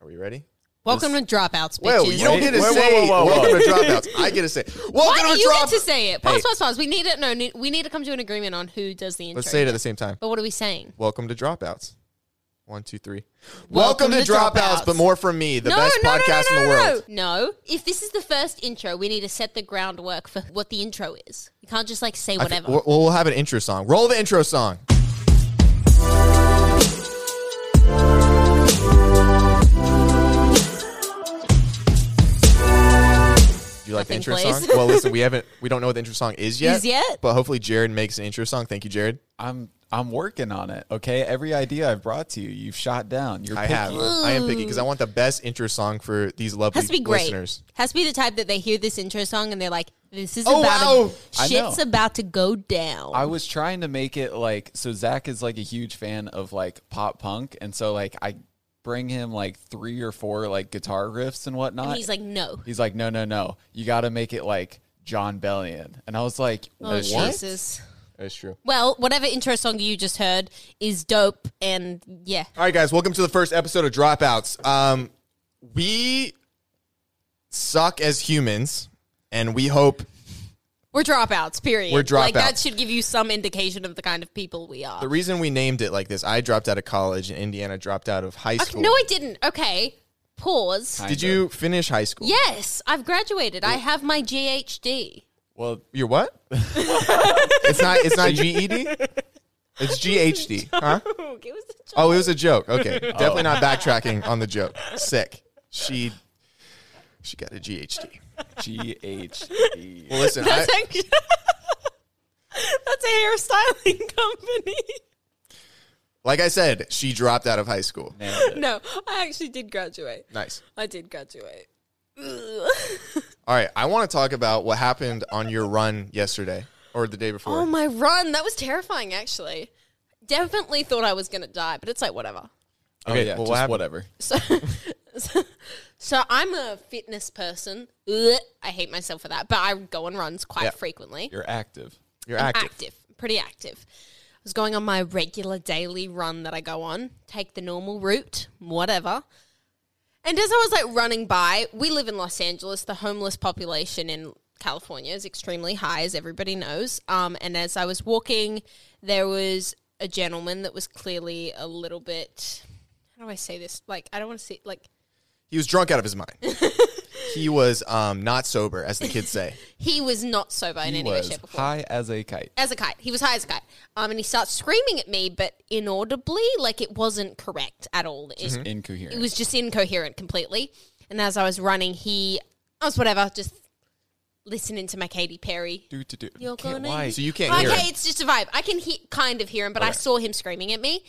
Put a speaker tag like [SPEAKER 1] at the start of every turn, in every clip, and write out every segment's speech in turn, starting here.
[SPEAKER 1] Are we ready?
[SPEAKER 2] Welcome to dropouts, bitches.
[SPEAKER 1] Well, you don't get to
[SPEAKER 3] Wait, whoa,
[SPEAKER 1] say
[SPEAKER 3] whoa, whoa, whoa.
[SPEAKER 1] welcome to dropouts. I get to say
[SPEAKER 2] Why
[SPEAKER 1] welcome
[SPEAKER 2] do
[SPEAKER 1] to
[SPEAKER 2] you
[SPEAKER 1] dropouts.
[SPEAKER 2] get to say it? Pause, pause, pause. We need to no. Need, we need to come to an agreement on who does the intro.
[SPEAKER 1] Let's say it at the same time.
[SPEAKER 2] But what are we saying?
[SPEAKER 1] Welcome to dropouts. One, two, three. Welcome,
[SPEAKER 2] Welcome to
[SPEAKER 1] to dropouts,
[SPEAKER 2] Dropouts.
[SPEAKER 1] but more from me, the best podcast
[SPEAKER 2] no, no,
[SPEAKER 1] in the world.
[SPEAKER 2] No. No. If this is the first intro, we need to set the groundwork for what the intro is. You can't just like say
[SPEAKER 1] I think-
[SPEAKER 2] whatever.
[SPEAKER 1] Well, we'll have an intro song. Roll the intro song. You like the
[SPEAKER 2] Nothing
[SPEAKER 1] intro
[SPEAKER 2] plays.
[SPEAKER 1] song? Well, listen, we haven't, we don't know what the intro song is yet.
[SPEAKER 2] Is yet?
[SPEAKER 1] But hopefully, Jared makes an intro song. Thank you, Jared.
[SPEAKER 3] I'm I'm working on it. Okay, every idea I've brought to you, you've shot down. You're
[SPEAKER 1] I have. I am picky because I want the best intro song for these lovely
[SPEAKER 2] Has to be great.
[SPEAKER 1] listeners.
[SPEAKER 2] Has to be the type that they hear this intro song and they're like, "This is
[SPEAKER 1] Oh,
[SPEAKER 2] about
[SPEAKER 3] wow. I
[SPEAKER 2] a, shit's
[SPEAKER 3] know.
[SPEAKER 2] about to go down."
[SPEAKER 3] I was trying to make it like so. Zach is like a huge fan of like pop punk, and so like I bring him like three or four like guitar riffs and whatnot.
[SPEAKER 2] and he's like, "No."
[SPEAKER 3] he's like, no, no, no, you got to make it like John Bellion, and I was like,
[SPEAKER 2] Oh
[SPEAKER 3] what?
[SPEAKER 2] Jesus.
[SPEAKER 1] That's true.
[SPEAKER 2] Well, whatever intro song you just heard is dope, and yeah,
[SPEAKER 1] All right, guys, welcome to the first episode of Dropouts. Um, we suck as humans, and we hope
[SPEAKER 2] we're dropouts. Period.
[SPEAKER 1] We're
[SPEAKER 2] Like that
[SPEAKER 1] dropouts.
[SPEAKER 2] should give you some indication of the kind of people we are.
[SPEAKER 1] the reason we named it like this. I dropped out of college, and Indiana dropped out of high
[SPEAKER 2] Okay,
[SPEAKER 1] school.
[SPEAKER 2] no, I didn't. Okay, pause.
[SPEAKER 3] Kind
[SPEAKER 1] Did you finish high school?
[SPEAKER 2] Yes, I've graduated. I have my GHD.
[SPEAKER 3] Well,
[SPEAKER 1] You're what? it's not. It's not GED. It's GHD. Huh?
[SPEAKER 2] Give us a
[SPEAKER 1] Oh, it was a joke. Okay, definitely not backtracking on the joke. Sick. She. She got a GHD.
[SPEAKER 3] G H E. D.
[SPEAKER 1] Well, listen. I,
[SPEAKER 2] That's, actually, that's a hairstyling company.
[SPEAKER 1] like I said, she dropped out of high school.
[SPEAKER 2] no, I actually did graduate.
[SPEAKER 1] Nice.
[SPEAKER 2] I did graduate.
[SPEAKER 1] All right, I want to talk about what happened on your run yesterday or the day before.
[SPEAKER 2] oh my run! That was terrifying. Actually, definitely thought I was gonna die, but it's like whatever.
[SPEAKER 3] Okay,
[SPEAKER 1] yeah,
[SPEAKER 3] Oh, yeah,
[SPEAKER 1] well, what
[SPEAKER 3] just
[SPEAKER 1] happened?
[SPEAKER 3] whatever.
[SPEAKER 2] So, so, so I'm a fitness person. Ugh, I hate myself for that, but I go on runs quite
[SPEAKER 1] Yeah.
[SPEAKER 2] frequently.
[SPEAKER 3] You're active.
[SPEAKER 1] You're
[SPEAKER 2] I'm
[SPEAKER 1] active.
[SPEAKER 2] pretty active. I was going on my regular daily run that I go on, take the normal route, whatever. And as I was like running by, we live in Los Angeles. The homeless population in California is extremely high, as everybody knows. Um, and as I was walking, there was a gentleman that was clearly a little bit. How do I say this? Like, I don't want to see like
[SPEAKER 1] He was drunk out of his mind. he was um, not sober, as the kids say.
[SPEAKER 2] he was not sober in
[SPEAKER 3] He
[SPEAKER 2] any way,
[SPEAKER 3] was
[SPEAKER 2] shape, or form.
[SPEAKER 3] high as a kite.
[SPEAKER 2] as a kite. He was high as a kite. Um, and he starts screaming at me, but inaudibly, like it wasn't correct at all. It,
[SPEAKER 3] Incoherent.
[SPEAKER 2] it was just incoherent completely. And as I was running, he, I was whatever, just listening to my Katy Perry.
[SPEAKER 3] do to do.
[SPEAKER 2] You're
[SPEAKER 3] Can't
[SPEAKER 2] gonna-
[SPEAKER 3] lie.
[SPEAKER 1] So you can't hear.
[SPEAKER 2] Okay,
[SPEAKER 1] him.
[SPEAKER 2] it's just a vibe. I can he- kind of hear him, but I saw him screaming at me.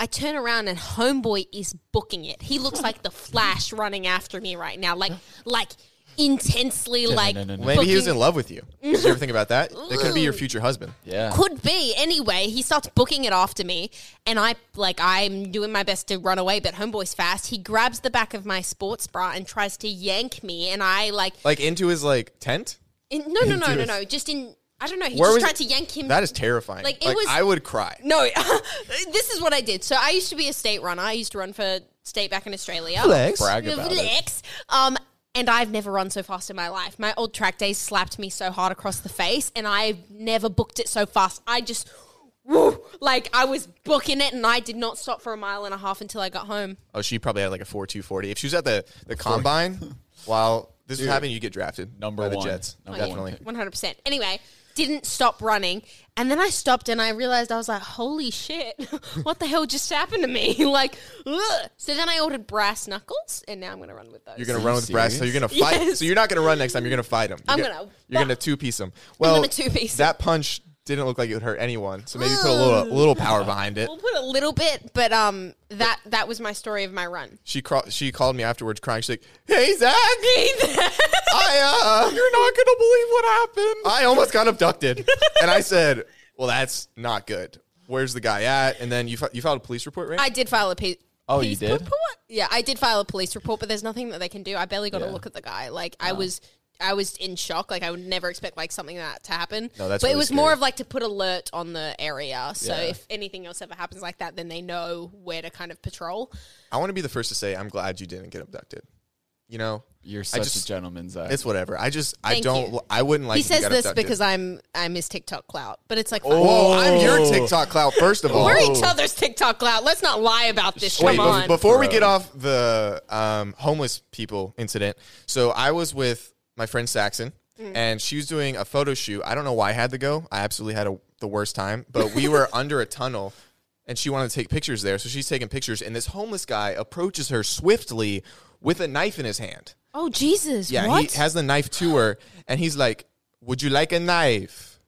[SPEAKER 2] I turn around and homeboy is booking it. He looks like the Flash running after me right now, like like intensely,
[SPEAKER 3] no,
[SPEAKER 2] like
[SPEAKER 3] no, no, no.
[SPEAKER 1] Maybe he was
[SPEAKER 2] booking-
[SPEAKER 1] in love with you. Did you ever think about that? That could be your future husband.
[SPEAKER 3] Yeah.
[SPEAKER 2] could be anyway he starts booking it after me and i like i'm doing my best to run away but homeboy's fast he grabs the back of my sports bra and tries to yank me and i like
[SPEAKER 1] Like into his like tent.
[SPEAKER 2] in, no no no no
[SPEAKER 1] Dude.
[SPEAKER 2] no just in i don't know he
[SPEAKER 1] Where
[SPEAKER 2] just
[SPEAKER 1] was-
[SPEAKER 2] tried to yank him
[SPEAKER 1] That is terrifying.
[SPEAKER 2] Like,
[SPEAKER 1] Like,
[SPEAKER 2] it was-
[SPEAKER 1] I would cry.
[SPEAKER 2] no this is what i did so i used to be a state runner i used to run for state back in australia
[SPEAKER 3] Brag about it.
[SPEAKER 2] Flex. Um, and I've never run so fast in my life. My old track days slapped me so hard across the face, and I've never booked it so fast. I just, woo, like I was booking it, and I did not stop for a mile and a half until I got home.
[SPEAKER 1] Oh, she probably had like a four two forty. If she was at the the combine while this was happening, you get drafted
[SPEAKER 3] Number
[SPEAKER 1] by the
[SPEAKER 3] one.
[SPEAKER 1] Jets.
[SPEAKER 3] Number one
[SPEAKER 1] Definitely.
[SPEAKER 3] pick.
[SPEAKER 2] One hundred percent. Anyway, didn't stop running, and then I stopped, and I realized I was like, "Holy shit, what the hell just happened to me?" like, ugh. so then I ordered brass knuckles, and now I'm gonna run with those.
[SPEAKER 1] You're gonna run with brass, so
[SPEAKER 3] serious?
[SPEAKER 1] you're gonna fight.
[SPEAKER 2] Yes.
[SPEAKER 1] So you're not gonna run next time. You're gonna fight him. You're
[SPEAKER 2] I'm
[SPEAKER 1] gonna,
[SPEAKER 2] gonna-
[SPEAKER 1] you're gonna two piece him. Well,
[SPEAKER 2] gonna two-piece him.
[SPEAKER 1] that punch didn't look like it would hurt anyone. So maybe put a little little power behind it.
[SPEAKER 2] We'll put a little bit, but um, that that was my story of my run.
[SPEAKER 1] She cra- she called me afterwards crying. She's like, "Hey Zach, I uh,
[SPEAKER 3] You're not gonna believe what happened.
[SPEAKER 1] I almost got abducted," and I said, "Well, that's not good. Where's the guy at?" And then you fi- you filed a police report, right?
[SPEAKER 2] I did file a pe-
[SPEAKER 3] Oh, you
[SPEAKER 2] police
[SPEAKER 3] did?
[SPEAKER 2] report. Yeah, I did file a police report, but there's nothing that they can do. I barely got a
[SPEAKER 3] Yeah.
[SPEAKER 2] look at the guy. Like I was I was in shock. Like I would never expect like something like that to happen.
[SPEAKER 3] No, that's
[SPEAKER 2] but it
[SPEAKER 3] really
[SPEAKER 2] was
[SPEAKER 3] scary.
[SPEAKER 2] more of like to put alert on the area. So
[SPEAKER 3] Yeah.
[SPEAKER 2] if anything else ever happens like that, then they know where to kind of patrol.
[SPEAKER 1] I want to be the first to say I'm glad you didn't get abducted. You know,
[SPEAKER 3] You're
[SPEAKER 1] I
[SPEAKER 3] such
[SPEAKER 1] just-
[SPEAKER 3] a gentleman, Zach.
[SPEAKER 1] it's whatever. I just I
[SPEAKER 2] Thank
[SPEAKER 1] don't
[SPEAKER 2] you.
[SPEAKER 1] I wouldn't like.
[SPEAKER 2] he
[SPEAKER 1] if you
[SPEAKER 2] says
[SPEAKER 1] got
[SPEAKER 2] this
[SPEAKER 1] abducted.
[SPEAKER 2] because I'm I'm his TikTok clout, but it's like fine.
[SPEAKER 1] Whoa, I'm your TikTok clout. First of all,
[SPEAKER 2] we're each other's TikTok clout. Let's not lie about this.
[SPEAKER 1] Oh. Wait,
[SPEAKER 2] Come
[SPEAKER 1] bef-
[SPEAKER 2] on.
[SPEAKER 1] before we
[SPEAKER 3] Bro.
[SPEAKER 1] get off the um, homeless people incident, so I was with my friend Saxon,
[SPEAKER 2] Mm.
[SPEAKER 1] and she was doing a photo shoot. I don't know why I had to go. I absolutely had a, the worst time, but we were under a tunnel, and she wanted to take pictures there, so she's taking pictures, and this homeless guy approaches her swiftly with a knife in his hand.
[SPEAKER 2] oh Jesus!
[SPEAKER 1] Yeah,
[SPEAKER 2] what?
[SPEAKER 1] he has the knife to her, and he's like, "Would you like a knife?"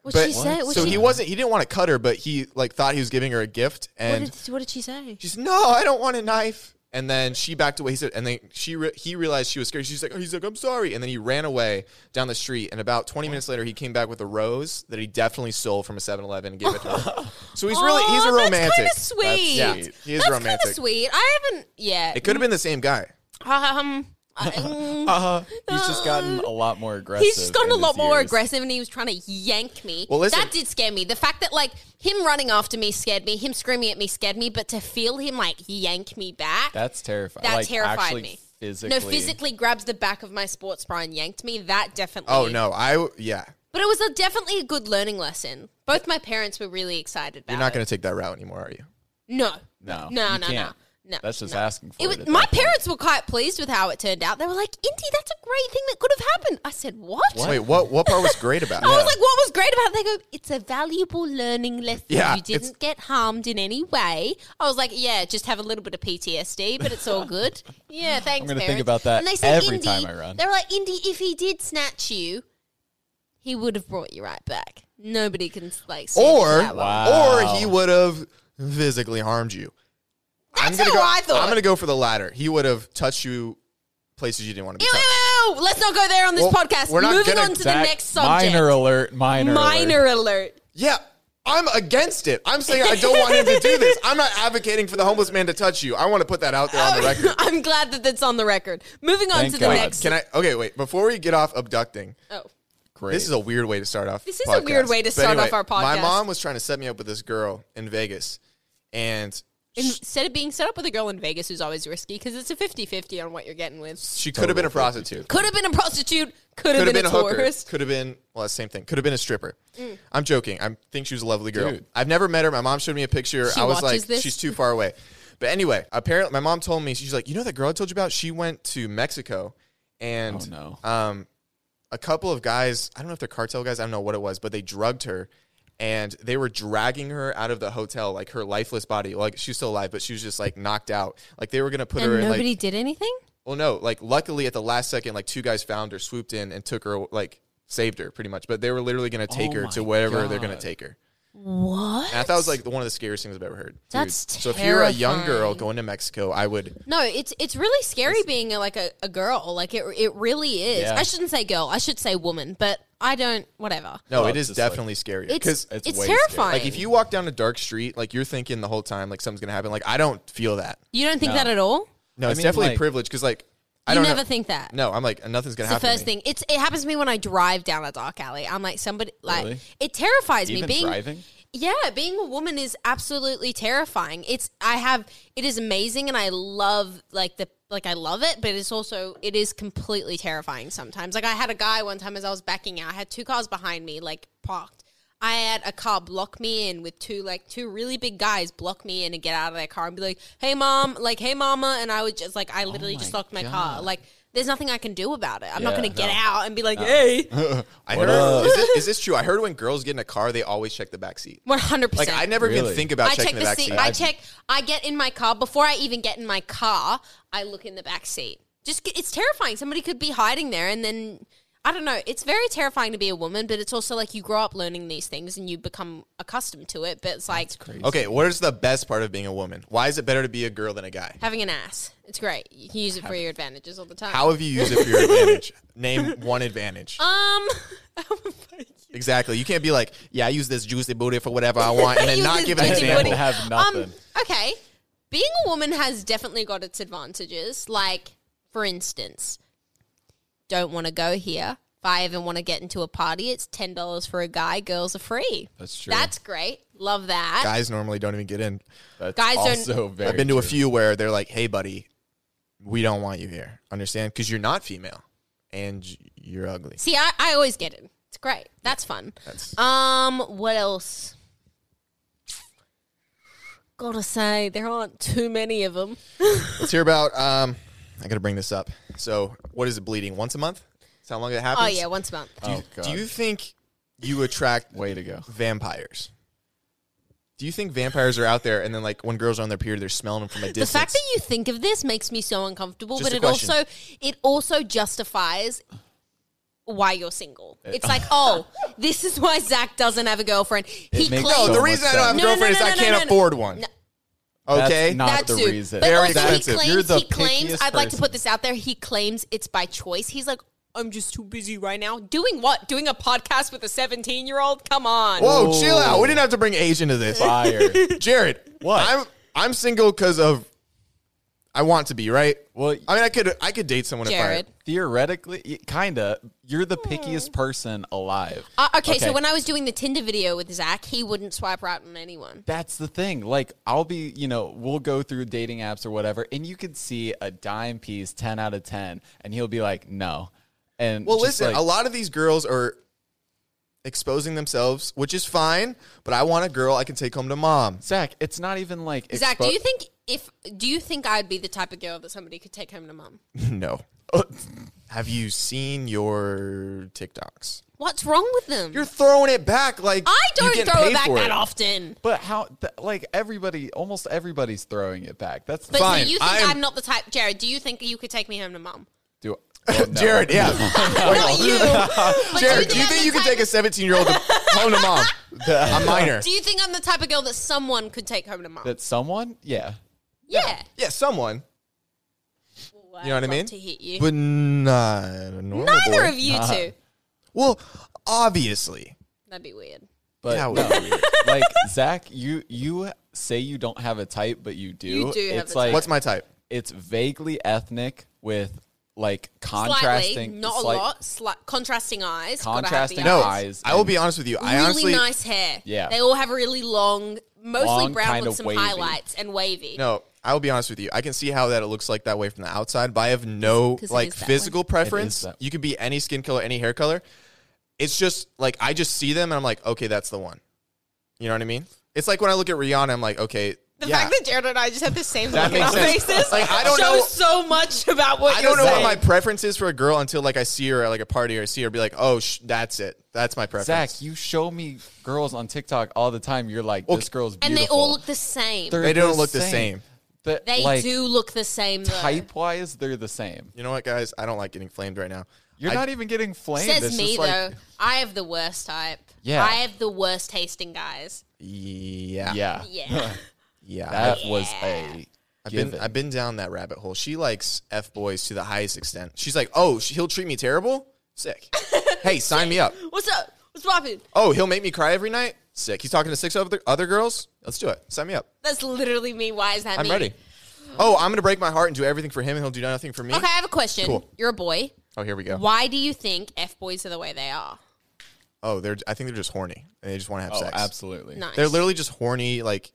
[SPEAKER 2] what
[SPEAKER 1] But
[SPEAKER 2] she say? What
[SPEAKER 1] so
[SPEAKER 2] she,
[SPEAKER 1] he wasn't. He didn't want to cut her, but he like thought he was giving her a gift,
[SPEAKER 2] what
[SPEAKER 1] and
[SPEAKER 2] did, what did she say?
[SPEAKER 1] She's no, I don't want a knife. And then she backed away. He said, and then she re- he realized she was scared. She's like, he's like, I'm sorry. And then he ran away down the street. And about 20 minutes later, he came back with a rose that he definitely stole from a 7-Eleven and gave it to her. So he's really he's a
[SPEAKER 2] Aw,
[SPEAKER 1] romantic.
[SPEAKER 2] That's kind of sweet.
[SPEAKER 1] Yeah, he is
[SPEAKER 2] that's
[SPEAKER 1] romantic.
[SPEAKER 2] kind of sweet. I haven't. Yeah.
[SPEAKER 1] It could have been the same guy.
[SPEAKER 2] um. I- mm.
[SPEAKER 3] uh, he's just gotten a lot more aggressive.
[SPEAKER 2] He's just gotten a
[SPEAKER 3] in his
[SPEAKER 2] lot more
[SPEAKER 3] years.
[SPEAKER 2] aggressive, and he was trying to yank me.
[SPEAKER 1] Well, listen-
[SPEAKER 2] that did scare me. The fact that like him running after me scared me. Him screaming at me scared me. But to feel him like yank me back,
[SPEAKER 3] That's terrifying.
[SPEAKER 2] that
[SPEAKER 3] Like,
[SPEAKER 2] terrified
[SPEAKER 3] actually
[SPEAKER 2] me.
[SPEAKER 3] Physically,
[SPEAKER 2] No, physically grabs the back of my sports bra and yanked me. That definitely.
[SPEAKER 1] Oh no, I w- yeah.
[SPEAKER 2] But it was a, definitely a good learning lesson. Both my parents were really excited about.
[SPEAKER 1] You're not
[SPEAKER 2] it.
[SPEAKER 1] going to take that route anymore, are you?
[SPEAKER 2] No.
[SPEAKER 3] No,
[SPEAKER 2] No.
[SPEAKER 3] you
[SPEAKER 2] No.
[SPEAKER 3] can't.
[SPEAKER 2] No. No.
[SPEAKER 3] That's just
[SPEAKER 2] no.
[SPEAKER 3] asking for
[SPEAKER 2] It
[SPEAKER 3] it.
[SPEAKER 2] was,
[SPEAKER 3] at
[SPEAKER 2] my
[SPEAKER 3] that point.
[SPEAKER 2] parents were quite pleased with how it turned out. They were like, "Indy, that's a great thing that could have happened." I said, "What?"
[SPEAKER 1] Wait, what what part was great about? it?
[SPEAKER 2] I was like, "What was great about?" it? They go, "It's a valuable learning lesson.
[SPEAKER 1] Yeah,
[SPEAKER 2] you
[SPEAKER 1] it's-
[SPEAKER 2] didn't get harmed in any way." I was like, "Yeah, just have a little bit of PTSD, but it's all good." yeah, thanks.
[SPEAKER 3] gonna think
[SPEAKER 2] parents.
[SPEAKER 3] about that
[SPEAKER 2] And they said,
[SPEAKER 3] every
[SPEAKER 2] Indy,
[SPEAKER 3] time I run.
[SPEAKER 2] They were like, "Indy, if he did snatch you, he would have brought you right back. Nobody can like." stand for
[SPEAKER 1] or
[SPEAKER 2] that long."
[SPEAKER 3] Wow.
[SPEAKER 1] or he would have physically harmed you.
[SPEAKER 2] That's
[SPEAKER 1] gonna
[SPEAKER 2] how
[SPEAKER 1] go,
[SPEAKER 2] I thought.
[SPEAKER 1] I'm going to go for the latter. He would have touched you places you didn't want to be
[SPEAKER 2] Ew,
[SPEAKER 1] touched.
[SPEAKER 2] ew, ew. Let's not go there on this
[SPEAKER 1] Well,
[SPEAKER 2] podcast.
[SPEAKER 1] we're not
[SPEAKER 2] Moving
[SPEAKER 1] gonna-
[SPEAKER 2] on to
[SPEAKER 3] Zach,
[SPEAKER 2] the next subject.
[SPEAKER 3] Minor alert. Minor. alert.
[SPEAKER 2] Minor alert.
[SPEAKER 1] Yeah, I'm against it. I'm saying I don't want him to do this. I'm not advocating for the homeless man to touch you. I want to put that out there on the
[SPEAKER 2] Oh.
[SPEAKER 1] record.
[SPEAKER 2] I'm glad that that's on the record. Moving on
[SPEAKER 3] Thank
[SPEAKER 2] to the
[SPEAKER 3] God.
[SPEAKER 2] next.
[SPEAKER 1] Can I? Okay, wait. Before we get off abducting,
[SPEAKER 2] oh.
[SPEAKER 3] Great.
[SPEAKER 1] this is a weird way to start off.
[SPEAKER 2] This is a weird way to
[SPEAKER 1] But
[SPEAKER 2] start off our
[SPEAKER 1] My
[SPEAKER 2] podcast.
[SPEAKER 1] mom was trying to set me up with this girl in Vegas, and
[SPEAKER 2] Instead of being set up with a girl in Vegas who's always risky because it's a 50 50 on what you're getting with.
[SPEAKER 1] she could have been a prostitute.
[SPEAKER 2] Could have been a prostitute, could have
[SPEAKER 1] Could have
[SPEAKER 2] been,
[SPEAKER 1] been,
[SPEAKER 2] a
[SPEAKER 1] a hooker.
[SPEAKER 2] tourist. Mm.
[SPEAKER 1] Could have been well, that's the same thing. Could have been a stripper. I'm joking. I think she was a lovely girl.
[SPEAKER 3] Dude.
[SPEAKER 1] I've never met her. My mom showed me a picture.
[SPEAKER 2] She
[SPEAKER 1] I was
[SPEAKER 2] watches
[SPEAKER 1] like,
[SPEAKER 2] this?
[SPEAKER 1] she's too far away. But anyway, apparently, my mom told me she's like, you know that girl I told you about? She went to Mexico, and
[SPEAKER 3] Oh,
[SPEAKER 1] um, a couple of guys. I don't know if they're cartel guys. I don't know what it was, but they drugged her. And they were dragging her out of the hotel, like her lifeless body. Like she was still alive, but she was just like knocked out. Like they were gonna put her
[SPEAKER 2] And
[SPEAKER 1] in like
[SPEAKER 2] nobody did anything?
[SPEAKER 1] well, no, like luckily at the last second, like two guys found her, swooped in, and took her, like saved her pretty much. But they were literally going to take
[SPEAKER 3] Oh
[SPEAKER 1] her
[SPEAKER 3] my
[SPEAKER 1] to wherever they're going
[SPEAKER 3] God.
[SPEAKER 1] to take her.
[SPEAKER 2] What?
[SPEAKER 1] And I thought it was like one of the scariest things I've ever heard.
[SPEAKER 2] That's
[SPEAKER 1] so if you're a young
[SPEAKER 2] terrifying.
[SPEAKER 1] girl going to Mexico, I would.
[SPEAKER 2] No, it's it's really scary being like a, a girl. Like it it really is.
[SPEAKER 3] Yeah.
[SPEAKER 2] I shouldn't say girl. I should say woman. But I don't. Whatever.
[SPEAKER 1] No,
[SPEAKER 3] Well,
[SPEAKER 1] it is
[SPEAKER 3] it's just, like-
[SPEAKER 1] definitely scary
[SPEAKER 2] It's
[SPEAKER 1] because
[SPEAKER 2] it's,
[SPEAKER 3] it's way scary.
[SPEAKER 2] terrifying.
[SPEAKER 1] like if you walk down a dark street, like you're thinking the whole time like something's going to happen. Like I don't feel that.
[SPEAKER 2] you don't think
[SPEAKER 3] No.
[SPEAKER 2] that at all.
[SPEAKER 1] No,
[SPEAKER 3] I
[SPEAKER 1] it's
[SPEAKER 3] mean,
[SPEAKER 1] definitely
[SPEAKER 3] like-
[SPEAKER 1] privilege because like I
[SPEAKER 2] You
[SPEAKER 1] don't
[SPEAKER 2] never
[SPEAKER 1] know.
[SPEAKER 2] think that.
[SPEAKER 1] No, I'm like nothing's going to
[SPEAKER 2] It's
[SPEAKER 1] happen.
[SPEAKER 2] the first
[SPEAKER 1] to me.
[SPEAKER 2] thing. It's it happens to me when I drive down a dark alley. I'm like somebody like
[SPEAKER 3] Really?
[SPEAKER 2] it terrifies me.
[SPEAKER 3] Even
[SPEAKER 2] Being
[SPEAKER 3] driving?
[SPEAKER 2] yeah, being a woman is absolutely terrifying. It's I have it is amazing and I love like the like I love it, but it's also it is completely terrifying sometimes. Like I had a guy one time as I was backing out, I had two cars behind me like parked. I had a car block me in with two like two really big guys block me in and get out of their car and be like, "Hey mom," like, "Hey mama," and I would just like I literally
[SPEAKER 3] Oh my
[SPEAKER 2] just locked my
[SPEAKER 3] God.
[SPEAKER 2] car. Like there's nothing I can do about it. I'm not
[SPEAKER 3] Yeah,
[SPEAKER 2] going to get
[SPEAKER 3] no.
[SPEAKER 2] out and be like, "Hey,
[SPEAKER 1] I
[SPEAKER 3] What
[SPEAKER 1] heard,
[SPEAKER 3] up?
[SPEAKER 1] is, this, is this true? I heard when girls get in a car, they always check the back seat.
[SPEAKER 2] 100%."
[SPEAKER 1] Like I never even
[SPEAKER 3] Really?
[SPEAKER 1] think about
[SPEAKER 2] I
[SPEAKER 1] checking
[SPEAKER 2] check the
[SPEAKER 1] back
[SPEAKER 2] seat.
[SPEAKER 1] seat.
[SPEAKER 2] I check. I get in my car before I even get in my car. I look in the back seat. Just c- it's terrifying. Somebody could be hiding there, and then I don't know. It's very terrifying to be a woman, but it's also like you grow up learning these things and you become accustomed to it. But it's like
[SPEAKER 1] Okay, what is the best part of being a woman? Why is it better to be a girl than a guy?
[SPEAKER 2] having an ass. It's great. You can use it for your advantages all the time.
[SPEAKER 1] How have you used it for your advantage? Name one advantage.
[SPEAKER 2] um,
[SPEAKER 1] exactly. You can't be like, yeah, I use this juicy booty for whatever I want, and then
[SPEAKER 2] Use
[SPEAKER 1] not
[SPEAKER 2] this
[SPEAKER 1] give an
[SPEAKER 2] juicy
[SPEAKER 1] example.
[SPEAKER 2] booty.
[SPEAKER 3] have nothing.
[SPEAKER 2] um, okay. Being a woman has definitely got its advantages. Like, for instance, don't want to go here. If I ever want to get into a party, it's ten dollars for a guy. Girls are free.
[SPEAKER 3] That's true.
[SPEAKER 2] That's great. Love that.
[SPEAKER 1] Guys normally don't even get in.
[SPEAKER 3] That's
[SPEAKER 2] guys don't-
[SPEAKER 3] also Oh, very
[SPEAKER 1] I've been to a
[SPEAKER 3] true.
[SPEAKER 1] few where they're like, "Hey, buddy, we don't want you here. Understand? Because you're not female and y- you're ugly."
[SPEAKER 2] See, I, I always get it. It's great. That's fun.
[SPEAKER 1] That's
[SPEAKER 2] Um, what else? Gotta say, there aren't too many of them.
[SPEAKER 1] Let's hear about. Um, I got to bring this up. So, what is it bleeding? Once a month? That's how long it happens?
[SPEAKER 2] Oh yeah, once a month.
[SPEAKER 1] Do you,
[SPEAKER 3] Oh, God.
[SPEAKER 1] do you think you attract
[SPEAKER 3] Way to go.
[SPEAKER 1] vampires? Do you think vampires are out there and then like when girls are on their period, they're smelling them from a
[SPEAKER 2] The
[SPEAKER 1] distance?
[SPEAKER 2] fact that you think of this makes me so uncomfortable,
[SPEAKER 1] Just
[SPEAKER 2] but
[SPEAKER 1] a
[SPEAKER 2] it
[SPEAKER 1] question.
[SPEAKER 2] also it also justifies why you're single.
[SPEAKER 3] Uh,
[SPEAKER 2] It's like, oh, this is why Zach doesn't have a girlfriend. He
[SPEAKER 3] makes
[SPEAKER 2] clearly
[SPEAKER 1] no, Oh, the
[SPEAKER 3] So
[SPEAKER 1] reason
[SPEAKER 3] much
[SPEAKER 1] I don't have a
[SPEAKER 2] sense. No, no,
[SPEAKER 1] girlfriend
[SPEAKER 2] no,
[SPEAKER 1] is
[SPEAKER 2] no,
[SPEAKER 1] I
[SPEAKER 2] no,
[SPEAKER 1] can't
[SPEAKER 2] no, no.
[SPEAKER 1] afford one. Okay,
[SPEAKER 3] That's not-
[SPEAKER 2] that
[SPEAKER 3] the
[SPEAKER 2] too.
[SPEAKER 3] reason.
[SPEAKER 2] But
[SPEAKER 1] Very
[SPEAKER 2] also
[SPEAKER 1] expensive.
[SPEAKER 2] he
[SPEAKER 3] You're
[SPEAKER 2] claims
[SPEAKER 3] the
[SPEAKER 2] he claims
[SPEAKER 3] pickiest
[SPEAKER 2] I'd like to
[SPEAKER 3] person.
[SPEAKER 2] put this out there. He claims it's by choice. He's like, I'm just too busy right now. Doing what? Doing a podcast with a 17 year old? Come on.
[SPEAKER 1] Whoa,
[SPEAKER 3] Oh.
[SPEAKER 1] chill out. We didn't have to bring age into this.
[SPEAKER 3] Fire.
[SPEAKER 1] Jared,
[SPEAKER 3] What?
[SPEAKER 1] I'm I'm single because of I want to be right.
[SPEAKER 3] Well,
[SPEAKER 1] I mean, I could I could date someone if
[SPEAKER 2] Jared.
[SPEAKER 3] Theoretically, kind of. You're
[SPEAKER 2] Oh.
[SPEAKER 3] the pickiest person alive.
[SPEAKER 2] Uh, okay, so
[SPEAKER 3] Okay.
[SPEAKER 2] when I was doing the Tinder video with Zach, he wouldn't swipe right on anyone.
[SPEAKER 3] That's the thing. Like, I'll be, you know, we'll go through dating apps or whatever, and you could see a dime piece, 10 out of 10, and he'll be like, no. And
[SPEAKER 1] Well,
[SPEAKER 3] just
[SPEAKER 1] listen,
[SPEAKER 3] like-
[SPEAKER 1] a lot of these girls are exposing themselves, which is fine. But I want a girl I can take home to mom.
[SPEAKER 3] Zach, it's not even like.
[SPEAKER 2] Zach,
[SPEAKER 3] expo-
[SPEAKER 2] do you think if do you think I'd be the type of girl that somebody could take home to mum?
[SPEAKER 1] no. Have you seen your TikToks?
[SPEAKER 2] What's wrong with them?
[SPEAKER 1] You're throwing it back like
[SPEAKER 2] I
[SPEAKER 1] you
[SPEAKER 2] don't
[SPEAKER 1] get
[SPEAKER 2] throw
[SPEAKER 1] paid
[SPEAKER 2] it back
[SPEAKER 1] for
[SPEAKER 2] that often.
[SPEAKER 3] But how, th- like, everybody, almost everybody's throwing it back. That's
[SPEAKER 2] But
[SPEAKER 1] Fine,
[SPEAKER 2] so you think
[SPEAKER 1] I'm-
[SPEAKER 2] I'm, not the type, Jared? Do you think you could take me home to mum?
[SPEAKER 3] Do well, no.
[SPEAKER 1] Jared, yeah.
[SPEAKER 2] not you. But
[SPEAKER 1] Jared, do you
[SPEAKER 2] I'm
[SPEAKER 1] think
[SPEAKER 2] the
[SPEAKER 1] you can
[SPEAKER 2] type
[SPEAKER 1] take a 17 year old home to mom? A minor.
[SPEAKER 2] Do you think I'm the type of girl that someone could take home to mom?
[SPEAKER 3] That someone? Yeah.
[SPEAKER 2] yeah.
[SPEAKER 1] Yeah, someone.
[SPEAKER 2] Well,
[SPEAKER 1] You know what I
[SPEAKER 2] I'd love
[SPEAKER 1] mean?
[SPEAKER 2] To hit you.
[SPEAKER 1] But not a normal
[SPEAKER 2] Neither
[SPEAKER 1] boy.
[SPEAKER 2] of you
[SPEAKER 3] Uh-huh.
[SPEAKER 2] two.
[SPEAKER 1] Well, obviously.
[SPEAKER 2] That'd be weird.
[SPEAKER 3] But
[SPEAKER 1] Yeah, it
[SPEAKER 3] no.
[SPEAKER 1] would be weird.
[SPEAKER 3] like Zach, you you say you don't have a type, but you do.
[SPEAKER 2] You do have
[SPEAKER 3] it's
[SPEAKER 2] a
[SPEAKER 3] like
[SPEAKER 2] type.
[SPEAKER 1] What's my type?
[SPEAKER 3] it's vaguely ethnic with like
[SPEAKER 2] Slightly,
[SPEAKER 3] contrasting,
[SPEAKER 2] not
[SPEAKER 3] slight-
[SPEAKER 2] a lot. Sli- contrasting eyes.
[SPEAKER 3] Contrasting
[SPEAKER 2] Gotta
[SPEAKER 1] No,
[SPEAKER 2] have the eyes.
[SPEAKER 3] eyes
[SPEAKER 1] I will
[SPEAKER 3] and-
[SPEAKER 1] be honest with you. I
[SPEAKER 2] really
[SPEAKER 1] honestly
[SPEAKER 2] nice hair.
[SPEAKER 3] Yeah.
[SPEAKER 2] They all have really long, mostly
[SPEAKER 3] Long,
[SPEAKER 2] brown
[SPEAKER 3] kind
[SPEAKER 2] with
[SPEAKER 3] of
[SPEAKER 2] some
[SPEAKER 3] wavy.
[SPEAKER 2] highlights and wavy.
[SPEAKER 1] no. I will be honest with you. I can see how that it looks like that way from the outside, but I have no
[SPEAKER 2] 'Cause it
[SPEAKER 1] like
[SPEAKER 2] is that
[SPEAKER 1] physical preference.
[SPEAKER 3] that-
[SPEAKER 1] You could be any skin color, any hair color. It's just like I just see them and I'm like, okay, that's the one. You know what I mean? It's like when I look at Rihanna, I'm like, okay,
[SPEAKER 2] The
[SPEAKER 1] yeah.
[SPEAKER 2] fact that Jared and I just have the same
[SPEAKER 1] That
[SPEAKER 2] look in our
[SPEAKER 1] makes sense.
[SPEAKER 2] faces
[SPEAKER 1] Like, I don't
[SPEAKER 2] shows
[SPEAKER 1] know-
[SPEAKER 2] so much about what
[SPEAKER 1] I
[SPEAKER 2] you're
[SPEAKER 1] don't know what
[SPEAKER 2] saying.
[SPEAKER 1] my preference is for a girl until like I see her at like a party or I see her be like, oh, sh- that's it. That's my preference.
[SPEAKER 3] Zach, you show me girls on TikTok all the time. You're like, this girl's
[SPEAKER 2] and
[SPEAKER 3] beautiful.
[SPEAKER 2] they all look the same.
[SPEAKER 1] They don't look the same.
[SPEAKER 3] But
[SPEAKER 2] They
[SPEAKER 3] like,
[SPEAKER 2] do look the same though.
[SPEAKER 3] Type wise, they're the same.
[SPEAKER 1] You know what, guys? I don't like getting flamed right now.
[SPEAKER 3] You're
[SPEAKER 1] I-
[SPEAKER 3] not even getting flamed.
[SPEAKER 2] Says
[SPEAKER 3] It's
[SPEAKER 2] me
[SPEAKER 3] just like-
[SPEAKER 2] though. I have the worst type.
[SPEAKER 3] Yeah.
[SPEAKER 2] I have the worst tasting guys.
[SPEAKER 1] Yeah.
[SPEAKER 3] Yeah,
[SPEAKER 2] Yeah.
[SPEAKER 1] Yeah.
[SPEAKER 3] that was a.
[SPEAKER 1] I've
[SPEAKER 3] given.
[SPEAKER 1] been I've been down that rabbit hole. She likes f boys to the highest extent. She's like, oh, sh- he'll treat me terrible. Sick. hey, sign me up.
[SPEAKER 2] What's up? What's poppin'?
[SPEAKER 1] Oh, he'll make me cry every night. Sick. He's talking to six other other girls. Let's do it. Sign me up.
[SPEAKER 2] That's literally me. Why is that
[SPEAKER 1] I'm
[SPEAKER 2] me?
[SPEAKER 1] ready. Oh, I'm gonna break my heart and do everything for him, and he'll do nothing for me.
[SPEAKER 2] Okay, I have a question.
[SPEAKER 1] Cool.
[SPEAKER 2] You're a boy.
[SPEAKER 1] Oh, here we go.
[SPEAKER 2] Why do you think F boys are the way they are?
[SPEAKER 1] Oh, they're I think they're just horny. And they just want to have
[SPEAKER 3] oh,
[SPEAKER 1] sex.
[SPEAKER 3] absolutely.
[SPEAKER 2] Nice.
[SPEAKER 1] They're literally just horny, like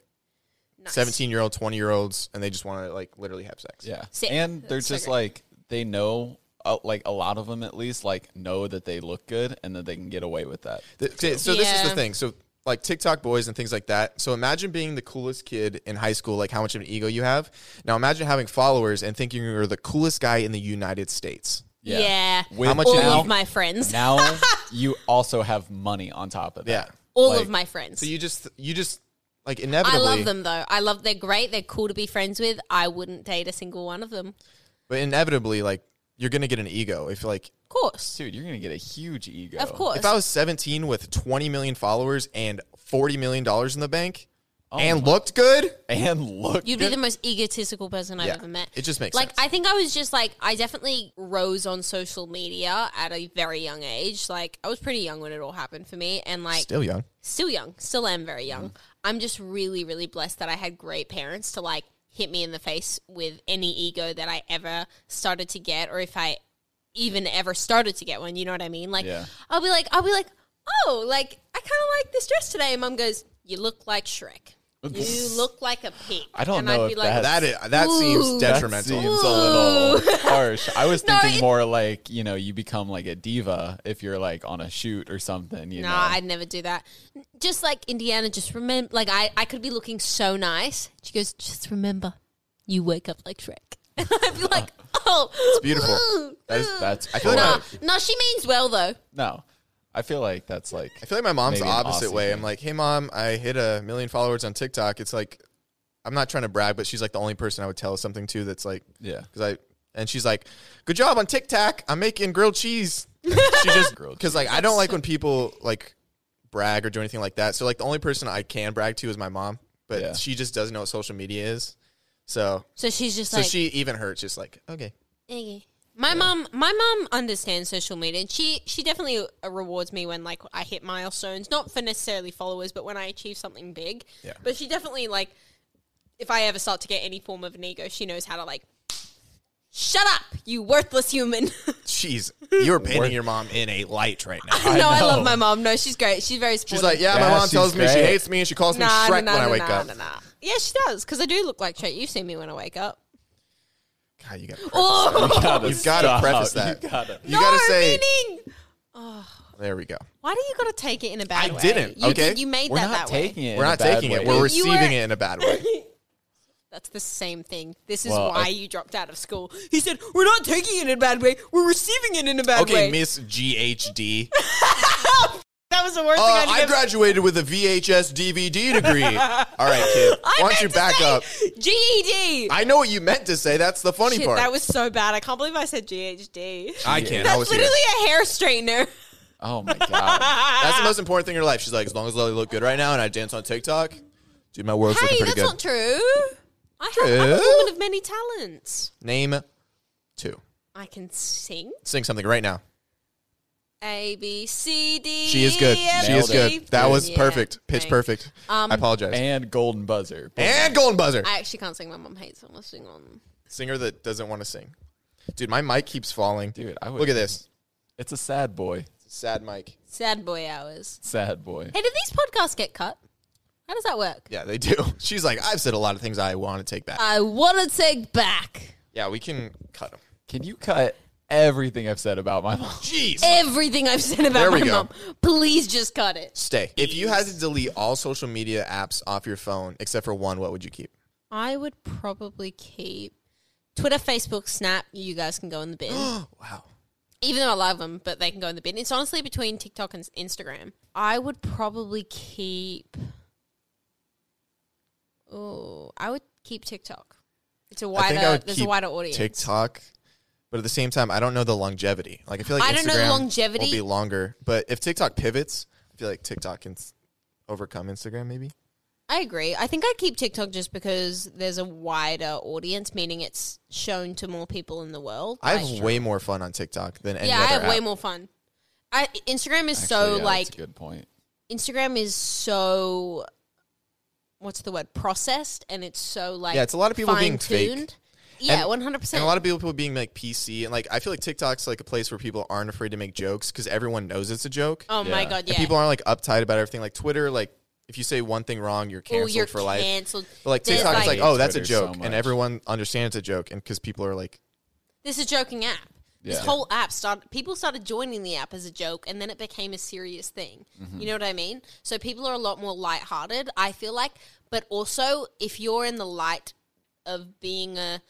[SPEAKER 2] Nice.
[SPEAKER 1] seventeen year old, twenty year olds, and they just want to like literally have sex.
[SPEAKER 3] Yeah,
[SPEAKER 2] Sick.
[SPEAKER 3] and they're
[SPEAKER 2] That's so
[SPEAKER 3] just
[SPEAKER 2] great.
[SPEAKER 3] like they know, uh, like a lot of them at least, like know that they look good and that they can get away with that.
[SPEAKER 1] Th- th- so this is
[SPEAKER 2] Yeah.
[SPEAKER 1] the thing. So like TikTok boys and things like that. So imagine being the coolest kid in high school, like how much of an ego you have. Now imagine having followers and thinking you're the coolest guy in the United States.
[SPEAKER 2] Yeah.
[SPEAKER 3] With
[SPEAKER 1] How much
[SPEAKER 2] all
[SPEAKER 1] an hour?
[SPEAKER 2] of my friends.
[SPEAKER 3] now you also have money on top of
[SPEAKER 1] Yeah.
[SPEAKER 3] that.
[SPEAKER 2] all
[SPEAKER 3] Like,
[SPEAKER 2] of my friends.
[SPEAKER 1] So you just you just like
[SPEAKER 2] I
[SPEAKER 1] inevitably
[SPEAKER 2] love them though. I love they're great. They're cool to be friends with. I wouldn't date a single one of them. Of
[SPEAKER 1] but inevitably like you're gonna get an ego if like
[SPEAKER 2] course.
[SPEAKER 3] dude, you're gonna get a huge ego.
[SPEAKER 2] Of course.
[SPEAKER 1] Oh. if I was 17 with 20 million followers and 40 million dollars in the bank
[SPEAKER 3] Oh
[SPEAKER 1] and looked good,
[SPEAKER 3] and look,
[SPEAKER 2] You'd be the most egotistical person I've
[SPEAKER 1] Yeah.
[SPEAKER 2] ever met.
[SPEAKER 1] It just makes
[SPEAKER 2] like
[SPEAKER 1] sense.
[SPEAKER 2] I think I was just like I definitely rose on social media at a very young age. Like I was pretty young when it all happened for me, and like
[SPEAKER 1] still young.
[SPEAKER 2] still young, still am very young.
[SPEAKER 3] Mm-hmm.
[SPEAKER 2] I'm just really, really blessed that I had great parents to like hit me in the face with any ego that I ever started to get, or if I even ever started to get one. You know what I mean? Like,
[SPEAKER 3] Yeah.
[SPEAKER 2] I'll be like, I'll be like, oh, like I kind of like this dress today. And mom goes, you look like Shrek. You look like a pig.
[SPEAKER 3] I don't
[SPEAKER 2] and
[SPEAKER 3] know
[SPEAKER 2] I'd be
[SPEAKER 3] if
[SPEAKER 2] like,
[SPEAKER 3] that's-
[SPEAKER 1] That is, that
[SPEAKER 2] Ooh.
[SPEAKER 1] seems
[SPEAKER 2] That
[SPEAKER 1] detrimental.
[SPEAKER 3] That seems a little harsh. I was
[SPEAKER 2] No,
[SPEAKER 3] thinking
[SPEAKER 2] it-
[SPEAKER 3] more like you know you become like a diva if you're like on a shoot or something. You
[SPEAKER 2] No,
[SPEAKER 3] know,
[SPEAKER 2] I'd never do that. Just like Indiana, just remember, like I, I could be looking so nice. She goes, just remember, you wake up like Shrek. And I'd be like, oh, it's
[SPEAKER 1] beautiful.
[SPEAKER 3] that is, that's
[SPEAKER 1] I feel like
[SPEAKER 2] no,
[SPEAKER 1] my-
[SPEAKER 2] no, she means well though.
[SPEAKER 3] no. I feel like that's like
[SPEAKER 1] I feel like my mom's the
[SPEAKER 3] Maybe an
[SPEAKER 1] opposite
[SPEAKER 3] Aussie
[SPEAKER 1] way.
[SPEAKER 3] thing.
[SPEAKER 1] I'm like, hey, mom, I hit a million followers on TikTok. It's like, I'm not trying to brag, but she's like the only person I would tell something to that's like,
[SPEAKER 3] Yeah.
[SPEAKER 1] Because I, and she's like, good job on TikTok. I'm making grilled cheese. she just,
[SPEAKER 3] Grilled
[SPEAKER 1] because like, I don't like when people like brag or do anything like that. So like, the only person I can brag to is my mom, but
[SPEAKER 3] Yeah.
[SPEAKER 1] she just doesn't know what social media is. So,
[SPEAKER 2] So she's just
[SPEAKER 1] so
[SPEAKER 2] like,
[SPEAKER 1] she even hurts, just like, okay.
[SPEAKER 2] "Eh." my mom, my mom understands social media, and she she definitely uh, rewards me when like I hit milestones, not for necessarily followers, but when I achieve something big.
[SPEAKER 1] Yeah.
[SPEAKER 2] But she definitely like, if I ever start to get any form of an ego, she knows how to like. Shut up, you worthless human.
[SPEAKER 1] Jeez, you're painting your mom in a light right now.
[SPEAKER 2] no, I
[SPEAKER 3] know.
[SPEAKER 2] love my mom. No, she's great. She's very supportive.
[SPEAKER 1] She's like, yeah, my
[SPEAKER 3] Yeah,
[SPEAKER 1] mom
[SPEAKER 3] she's
[SPEAKER 1] tells me she
[SPEAKER 3] great.
[SPEAKER 1] hates me and she calls me
[SPEAKER 2] nah,
[SPEAKER 1] Shrek
[SPEAKER 2] nah,
[SPEAKER 1] when
[SPEAKER 2] nah,
[SPEAKER 1] I wake
[SPEAKER 2] nah,
[SPEAKER 1] up.
[SPEAKER 2] Nah, nah. Yeah, she does because I do look like Shrek. You've seen me when I wake up.
[SPEAKER 1] God, you got
[SPEAKER 2] Oh,
[SPEAKER 3] gotta
[SPEAKER 1] You've gotta
[SPEAKER 3] stop.
[SPEAKER 1] preface that.
[SPEAKER 3] You gotta.
[SPEAKER 1] You gotta
[SPEAKER 2] no,
[SPEAKER 1] say,
[SPEAKER 2] meaning.
[SPEAKER 1] there we go.
[SPEAKER 2] Why do you gotta take it in a bad
[SPEAKER 1] I
[SPEAKER 2] way?
[SPEAKER 1] didn't,
[SPEAKER 2] You
[SPEAKER 1] okay?
[SPEAKER 2] did- you made
[SPEAKER 3] We're
[SPEAKER 2] that
[SPEAKER 3] not
[SPEAKER 2] that way.
[SPEAKER 3] taking it. in
[SPEAKER 1] We're
[SPEAKER 3] a
[SPEAKER 1] not
[SPEAKER 3] bad
[SPEAKER 1] taking it.
[SPEAKER 3] way.
[SPEAKER 1] We're
[SPEAKER 2] You
[SPEAKER 1] receiving
[SPEAKER 2] were-
[SPEAKER 1] it in a bad way.
[SPEAKER 2] That's the same thing. This is
[SPEAKER 3] Well,
[SPEAKER 2] why
[SPEAKER 3] I-
[SPEAKER 2] you dropped out of school. He said, "We're not taking it in a bad way. We're receiving it in a bad
[SPEAKER 1] Okay,
[SPEAKER 2] way."
[SPEAKER 1] Miss GHD.
[SPEAKER 2] that was the worst
[SPEAKER 1] Uh,
[SPEAKER 2] thing I
[SPEAKER 1] I
[SPEAKER 2] could ever-
[SPEAKER 1] graduated with a VHS DVD degree. All right, kid. Why
[SPEAKER 2] I
[SPEAKER 1] don't
[SPEAKER 2] meant
[SPEAKER 1] you
[SPEAKER 2] to
[SPEAKER 1] back
[SPEAKER 2] say
[SPEAKER 1] up?
[SPEAKER 2] GED.
[SPEAKER 1] I know what you meant to say. That's the funny
[SPEAKER 2] Shit,
[SPEAKER 1] part.
[SPEAKER 2] that was so bad. I can't believe I said GHD.
[SPEAKER 1] I can't. I
[SPEAKER 2] That's
[SPEAKER 1] was
[SPEAKER 2] literally
[SPEAKER 1] here.
[SPEAKER 2] a hair straightener.
[SPEAKER 3] Oh my god.
[SPEAKER 1] That's the
[SPEAKER 2] Ah.
[SPEAKER 1] most important thing in your life. She's like, as long as I look good right now and I dance on TikTok, dude, my world's
[SPEAKER 2] Hey,
[SPEAKER 1] looking
[SPEAKER 2] that's
[SPEAKER 1] pretty good.
[SPEAKER 2] not true. I have, I'm a
[SPEAKER 1] True?
[SPEAKER 2] woman of many talents.
[SPEAKER 1] Name two.
[SPEAKER 2] I can sing
[SPEAKER 1] Sing something right now.
[SPEAKER 2] A B C D.
[SPEAKER 1] She is good.
[SPEAKER 2] E, F,
[SPEAKER 1] She is
[SPEAKER 2] G.
[SPEAKER 1] good. That was
[SPEAKER 2] Yeah,
[SPEAKER 1] perfect. Pitch
[SPEAKER 2] thanks. Um,
[SPEAKER 1] perfect. I apologize.
[SPEAKER 3] and golden buzzer.
[SPEAKER 1] And golden buzzer.
[SPEAKER 2] I actually can't sing. My mom hates when I sing on.
[SPEAKER 1] Singer that doesn't want to sing. Dude, my mic keeps falling.
[SPEAKER 3] Dude, I would-
[SPEAKER 1] Look at this.
[SPEAKER 3] It's a sad boy.
[SPEAKER 1] Sad mic.
[SPEAKER 2] Sad boy hours.
[SPEAKER 3] Sad boy.
[SPEAKER 2] Hey, did these podcasts get cut? How does that work?
[SPEAKER 1] Yeah, they do. She's like, I've said a lot of things I want to take back.
[SPEAKER 2] I want to take back
[SPEAKER 1] yeah, we can cut them.
[SPEAKER 3] Can you cut everything I've said about my mom?
[SPEAKER 1] Jeez.
[SPEAKER 2] everything I've said about
[SPEAKER 1] There
[SPEAKER 2] my
[SPEAKER 1] we go.
[SPEAKER 2] mom. Please just cut it.
[SPEAKER 1] Stay. If you had to delete all social media apps off your phone except for one, what would you keep?
[SPEAKER 2] I would probably keep Twitter, Facebook, Snap. You guys can go in the bin.
[SPEAKER 1] Wow.
[SPEAKER 2] even though I love them, but they can go in the bin. It's honestly between TikTok and Instagram. I would probably keep. Oh, I would keep TikTok. It's a wider. there's a wider audience.
[SPEAKER 1] TikTok, but at the same time, I don't know the longevity. Like, I feel like
[SPEAKER 2] I don't know the
[SPEAKER 1] Instagram
[SPEAKER 2] longevity.
[SPEAKER 1] will be longer. But if TikTok pivots, I feel like TikTok can s- overcome Instagram. Maybe.
[SPEAKER 2] I agree. I think I keep TikTok just because there's a wider audience, meaning it's shown to more people in the world.
[SPEAKER 1] I
[SPEAKER 2] Like-
[SPEAKER 1] have way more fun on TikTok than any
[SPEAKER 2] yeah, I
[SPEAKER 1] other
[SPEAKER 2] have
[SPEAKER 1] app.
[SPEAKER 2] way more fun. I, Instagram is so
[SPEAKER 3] Actually, yeah,
[SPEAKER 2] like
[SPEAKER 3] that's a good point.
[SPEAKER 2] Instagram is so what's the word processed and it's so like
[SPEAKER 1] Yeah, it's a lot of people being
[SPEAKER 2] fine-tuned.
[SPEAKER 1] fake.
[SPEAKER 2] Yeah,
[SPEAKER 1] And-
[SPEAKER 2] one hundred
[SPEAKER 1] And
[SPEAKER 2] percent.
[SPEAKER 1] a lot of people being like PC and like I feel like TikTok's like a place where people aren't afraid to make jokes because everyone knows it's a joke.
[SPEAKER 2] Oh my
[SPEAKER 3] Yeah.
[SPEAKER 2] god,
[SPEAKER 1] And
[SPEAKER 2] yeah.
[SPEAKER 1] people aren't like uptight about everything. Like Twitter, like if you say one thing wrong, you're
[SPEAKER 2] Oh,
[SPEAKER 1] canceled
[SPEAKER 2] you're
[SPEAKER 1] for life.
[SPEAKER 2] canceled.
[SPEAKER 1] But like
[SPEAKER 2] There's,
[SPEAKER 1] TikTok is
[SPEAKER 2] like-
[SPEAKER 1] like, oh, that's a
[SPEAKER 3] Twitter so
[SPEAKER 1] joke,
[SPEAKER 3] much.
[SPEAKER 1] and everyone understands a joke, and because people are like,
[SPEAKER 2] This is a joking app. This
[SPEAKER 3] Yeah.
[SPEAKER 2] whole app started. People started joining the app as a joke, and then it became a serious thing. You know what I mean? So people are a lot more lighthearted. I feel like, but also if you're in the light of being a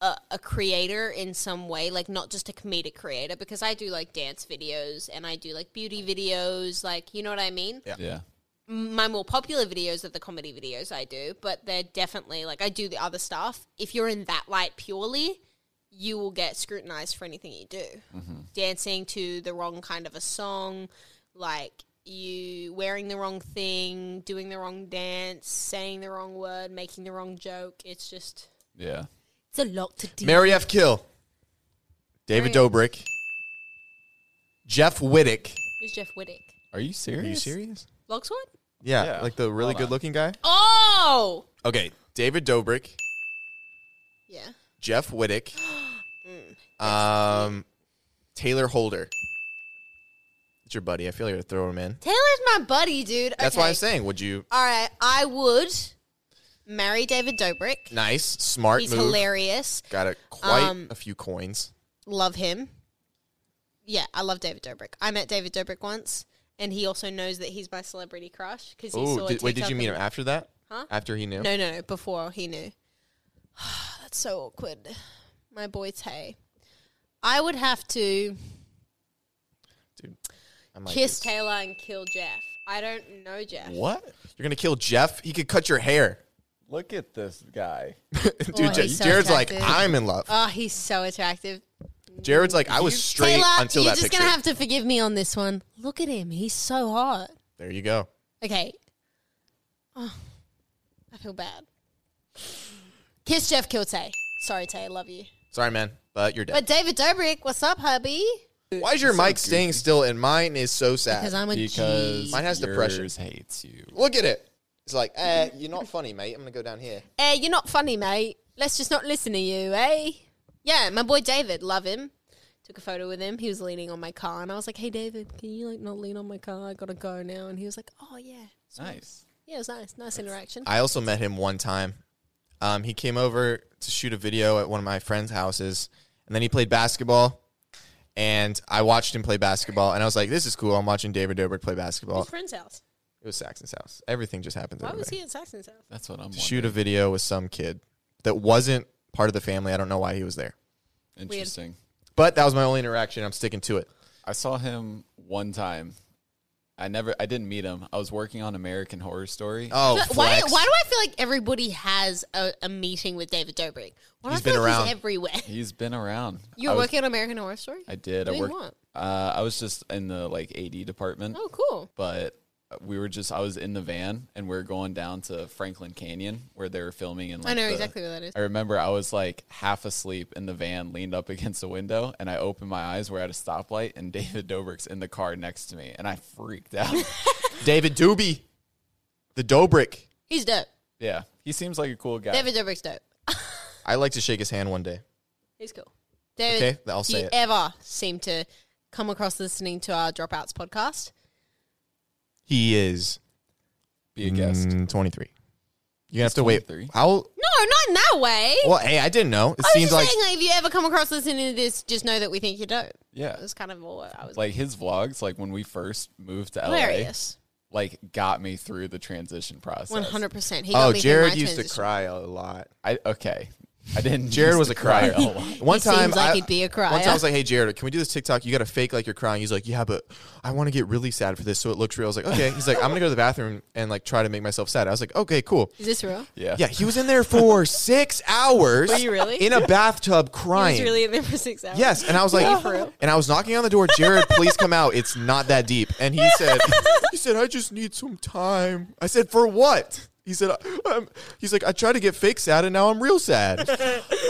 [SPEAKER 2] a, a creator in some way, like not just a comedic creator, because I do like dance videos and I do like beauty videos, like you know what I mean.
[SPEAKER 1] Yeah.
[SPEAKER 3] Yeah.
[SPEAKER 2] my more popular videos are the comedy videos I do, but they're definitely like I do the other stuff. If you're in that light purely, you will get scrutinized for anything you do.
[SPEAKER 1] Mm-hmm.
[SPEAKER 2] Dancing to the wrong kind of a song, like you wearing the wrong thing, doing the wrong dance, saying the wrong word, making the wrong joke. It's just
[SPEAKER 3] Yeah.
[SPEAKER 2] it's a lot to do.
[SPEAKER 1] Mary F. Kill, David
[SPEAKER 2] Right.
[SPEAKER 1] Dobrik, Jeff Wittick.
[SPEAKER 2] Who's Jeff Whittick?
[SPEAKER 3] Are you serious?
[SPEAKER 1] Are you serious?
[SPEAKER 2] Logswood?
[SPEAKER 1] Yeah,
[SPEAKER 3] Yeah.
[SPEAKER 1] like the really
[SPEAKER 3] Hold on.
[SPEAKER 1] good-looking guy.
[SPEAKER 2] Oh,
[SPEAKER 1] Okay, David Dobrik,
[SPEAKER 2] yeah. Mm.
[SPEAKER 1] Jeff Wittick. Um, Taylor Holder. It's your buddy. I feel like you're throw him in.
[SPEAKER 2] Taylor's my buddy, dude.
[SPEAKER 1] That's
[SPEAKER 2] okay.
[SPEAKER 1] why I'm saying, would you?
[SPEAKER 2] All right, I would marry David Dobrik.
[SPEAKER 1] Nice, smart
[SPEAKER 2] He's
[SPEAKER 1] move.
[SPEAKER 2] hilarious.
[SPEAKER 1] Got a, quite
[SPEAKER 2] Um,
[SPEAKER 1] a few coins.
[SPEAKER 2] Love him. Yeah, I love David Dobrik. I met David Dobrik once, and he also knows that he's my celebrity crush because he
[SPEAKER 1] Oh,
[SPEAKER 2] saw.
[SPEAKER 1] did,
[SPEAKER 2] a
[SPEAKER 1] wait, did
[SPEAKER 2] TikTok
[SPEAKER 1] you meet
[SPEAKER 2] of-
[SPEAKER 1] him after that?
[SPEAKER 2] Huh?
[SPEAKER 1] After he knew?
[SPEAKER 2] No, no, no. Before he knew. That's so awkward. My boy Tay. I would have to
[SPEAKER 1] Dude, I'm like,
[SPEAKER 2] kiss Taylor and kill Jeff. I don't know Jeff.
[SPEAKER 3] What?
[SPEAKER 1] you're gonna kill Jeff. He could cut your hair,
[SPEAKER 3] Look at this guy.
[SPEAKER 1] dude.
[SPEAKER 2] Oh,
[SPEAKER 1] Ja-
[SPEAKER 2] he's so
[SPEAKER 1] Jared's like,
[SPEAKER 2] attractive.
[SPEAKER 1] I'm in love.
[SPEAKER 2] Oh, he's so attractive.
[SPEAKER 1] Jared's like, I was straight
[SPEAKER 2] Taylor,
[SPEAKER 1] until
[SPEAKER 2] you're
[SPEAKER 1] that
[SPEAKER 2] just
[SPEAKER 1] picture.
[SPEAKER 2] gonna have to forgive me on this one. Look at him; he's so hot.
[SPEAKER 1] there you go.
[SPEAKER 2] Okay. Oh, I feel bad. Kiss Jeff, kill Tay. Sorry, Tay, love you.
[SPEAKER 1] Sorry, man, but you're dead.
[SPEAKER 2] But David Dobrik, what's up, hubby?
[SPEAKER 1] Why is your mic staying still and mine is so sad?
[SPEAKER 2] Because I'm a
[SPEAKER 3] Because
[SPEAKER 2] G.
[SPEAKER 1] Mine has depression.
[SPEAKER 3] yours hates you.
[SPEAKER 1] Look at it. It's like, eh, you're not funny, mate. I'm gonna go down here.
[SPEAKER 2] Eh, you're not funny, mate. Let's just not listen to you, eh? Yeah, my boy David, love him. Took a photo with him. He was leaning on my car, and I was like, "Hey, David, can you like not lean on my car? I gotta go now." And he was like, "Oh yeah,
[SPEAKER 3] Nice.
[SPEAKER 2] yeah, it was nice, nice interaction."
[SPEAKER 1] I also met him one time. Um, he came over to shoot a video at one of my friends' houses, and then he played basketball. And I watched him play basketball, and I was like, "This is cool." I'm watching David Dobrik play basketball.
[SPEAKER 2] His friend's house.
[SPEAKER 1] It was Saxon's house. Everything just happens.
[SPEAKER 2] Why
[SPEAKER 1] everywhere.
[SPEAKER 2] was he at Saxon's house?
[SPEAKER 3] That's what I'm
[SPEAKER 1] To
[SPEAKER 3] wondering.
[SPEAKER 1] shoot a video with some kid that wasn't part of the family. I don't know why he was there,
[SPEAKER 3] Interesting.
[SPEAKER 1] but that was my only interaction. I'm sticking to it.
[SPEAKER 3] I saw him one time. I never I didn't meet him. I was working on American Horror Story.
[SPEAKER 1] Oh,
[SPEAKER 2] But why,
[SPEAKER 1] flex.
[SPEAKER 2] why do I feel like everybody has a, a meeting with David Dobrik? Why do I
[SPEAKER 1] He's
[SPEAKER 2] feel
[SPEAKER 1] been
[SPEAKER 2] like
[SPEAKER 1] around.
[SPEAKER 2] He's everywhere.
[SPEAKER 3] He's been around.
[SPEAKER 2] You
[SPEAKER 3] I
[SPEAKER 2] were
[SPEAKER 3] was-
[SPEAKER 2] working on American Horror Story?
[SPEAKER 3] I did. I
[SPEAKER 2] Doing
[SPEAKER 3] worked
[SPEAKER 2] what?
[SPEAKER 3] uh I was just in the like AD department.
[SPEAKER 2] Oh, cool.
[SPEAKER 3] but we were just I was in the van and we are going down to Franklin Canyon where they were filming and like
[SPEAKER 2] I know
[SPEAKER 1] uh,
[SPEAKER 3] the-
[SPEAKER 2] exactly what that is.
[SPEAKER 3] I remember I was like half asleep in the van, leaned up against a window, and I opened my eyes. We're at a stoplight, and David Dobrik's in the car next to me, and I freaked out.
[SPEAKER 1] David Doobie, the Dobrik.
[SPEAKER 2] He's dope.
[SPEAKER 3] yeah, he seems like a cool guy.
[SPEAKER 2] David Dobrik's dope.
[SPEAKER 1] I like to shake his hand one day.
[SPEAKER 2] He's cool. David,
[SPEAKER 1] Okay, I'll say
[SPEAKER 2] do you
[SPEAKER 1] it.
[SPEAKER 2] ever seem to come across listening to our Dropouts podcast?
[SPEAKER 1] He is
[SPEAKER 3] Be a guest.
[SPEAKER 1] mm, 23. You're gonna have to wait.
[SPEAKER 3] 23.
[SPEAKER 1] How?
[SPEAKER 2] No, not in that way.
[SPEAKER 1] Well, hey, I didn't know. It
[SPEAKER 2] I was
[SPEAKER 1] seems
[SPEAKER 2] just
[SPEAKER 1] like
[SPEAKER 2] saying, like, if you ever come across listening to this, just know that we think you're dope.
[SPEAKER 3] Yeah,
[SPEAKER 2] That was kind of all I was
[SPEAKER 3] like his vlogs, like when we first moved to LA,
[SPEAKER 2] hilarious.
[SPEAKER 3] like got me through the transition process.
[SPEAKER 2] One hundred percent. He got
[SPEAKER 1] oh,
[SPEAKER 2] me through
[SPEAKER 1] Jared
[SPEAKER 2] my
[SPEAKER 1] used to
[SPEAKER 2] transition.
[SPEAKER 1] cry a lot.
[SPEAKER 3] I okay. I didn't.
[SPEAKER 1] Jared
[SPEAKER 3] used
[SPEAKER 1] was
[SPEAKER 3] to
[SPEAKER 1] a crier.
[SPEAKER 3] cry a lot.
[SPEAKER 1] One
[SPEAKER 2] He
[SPEAKER 1] time,
[SPEAKER 2] seems like
[SPEAKER 1] I,
[SPEAKER 2] he'd be a crier.
[SPEAKER 1] One time I was like, "Hey Jared, can we do this TikTok? You got to fake like you're crying." He's like, "Yeah, but I want to get really sad for this, so it looks real." I was like, "Okay." He's like, "I'm gonna go to the bathroom and like try to make myself sad." I was like, "Okay, cool."
[SPEAKER 2] Is this real?
[SPEAKER 3] yeah,
[SPEAKER 1] Yeah, he was in there for six hours.
[SPEAKER 2] Were you really?
[SPEAKER 1] in a bathtub crying?
[SPEAKER 2] He was really in there for six hours.
[SPEAKER 1] Yes, and I was
[SPEAKER 2] Yeah,
[SPEAKER 1] like,
[SPEAKER 2] for real.
[SPEAKER 1] and I was knocking on the door. Jared, please come out. It's not that deep. And he said, he said, I just need some time. I said, for what? He said, um, he's like, I tried to get fake sad, and now I'm real sad.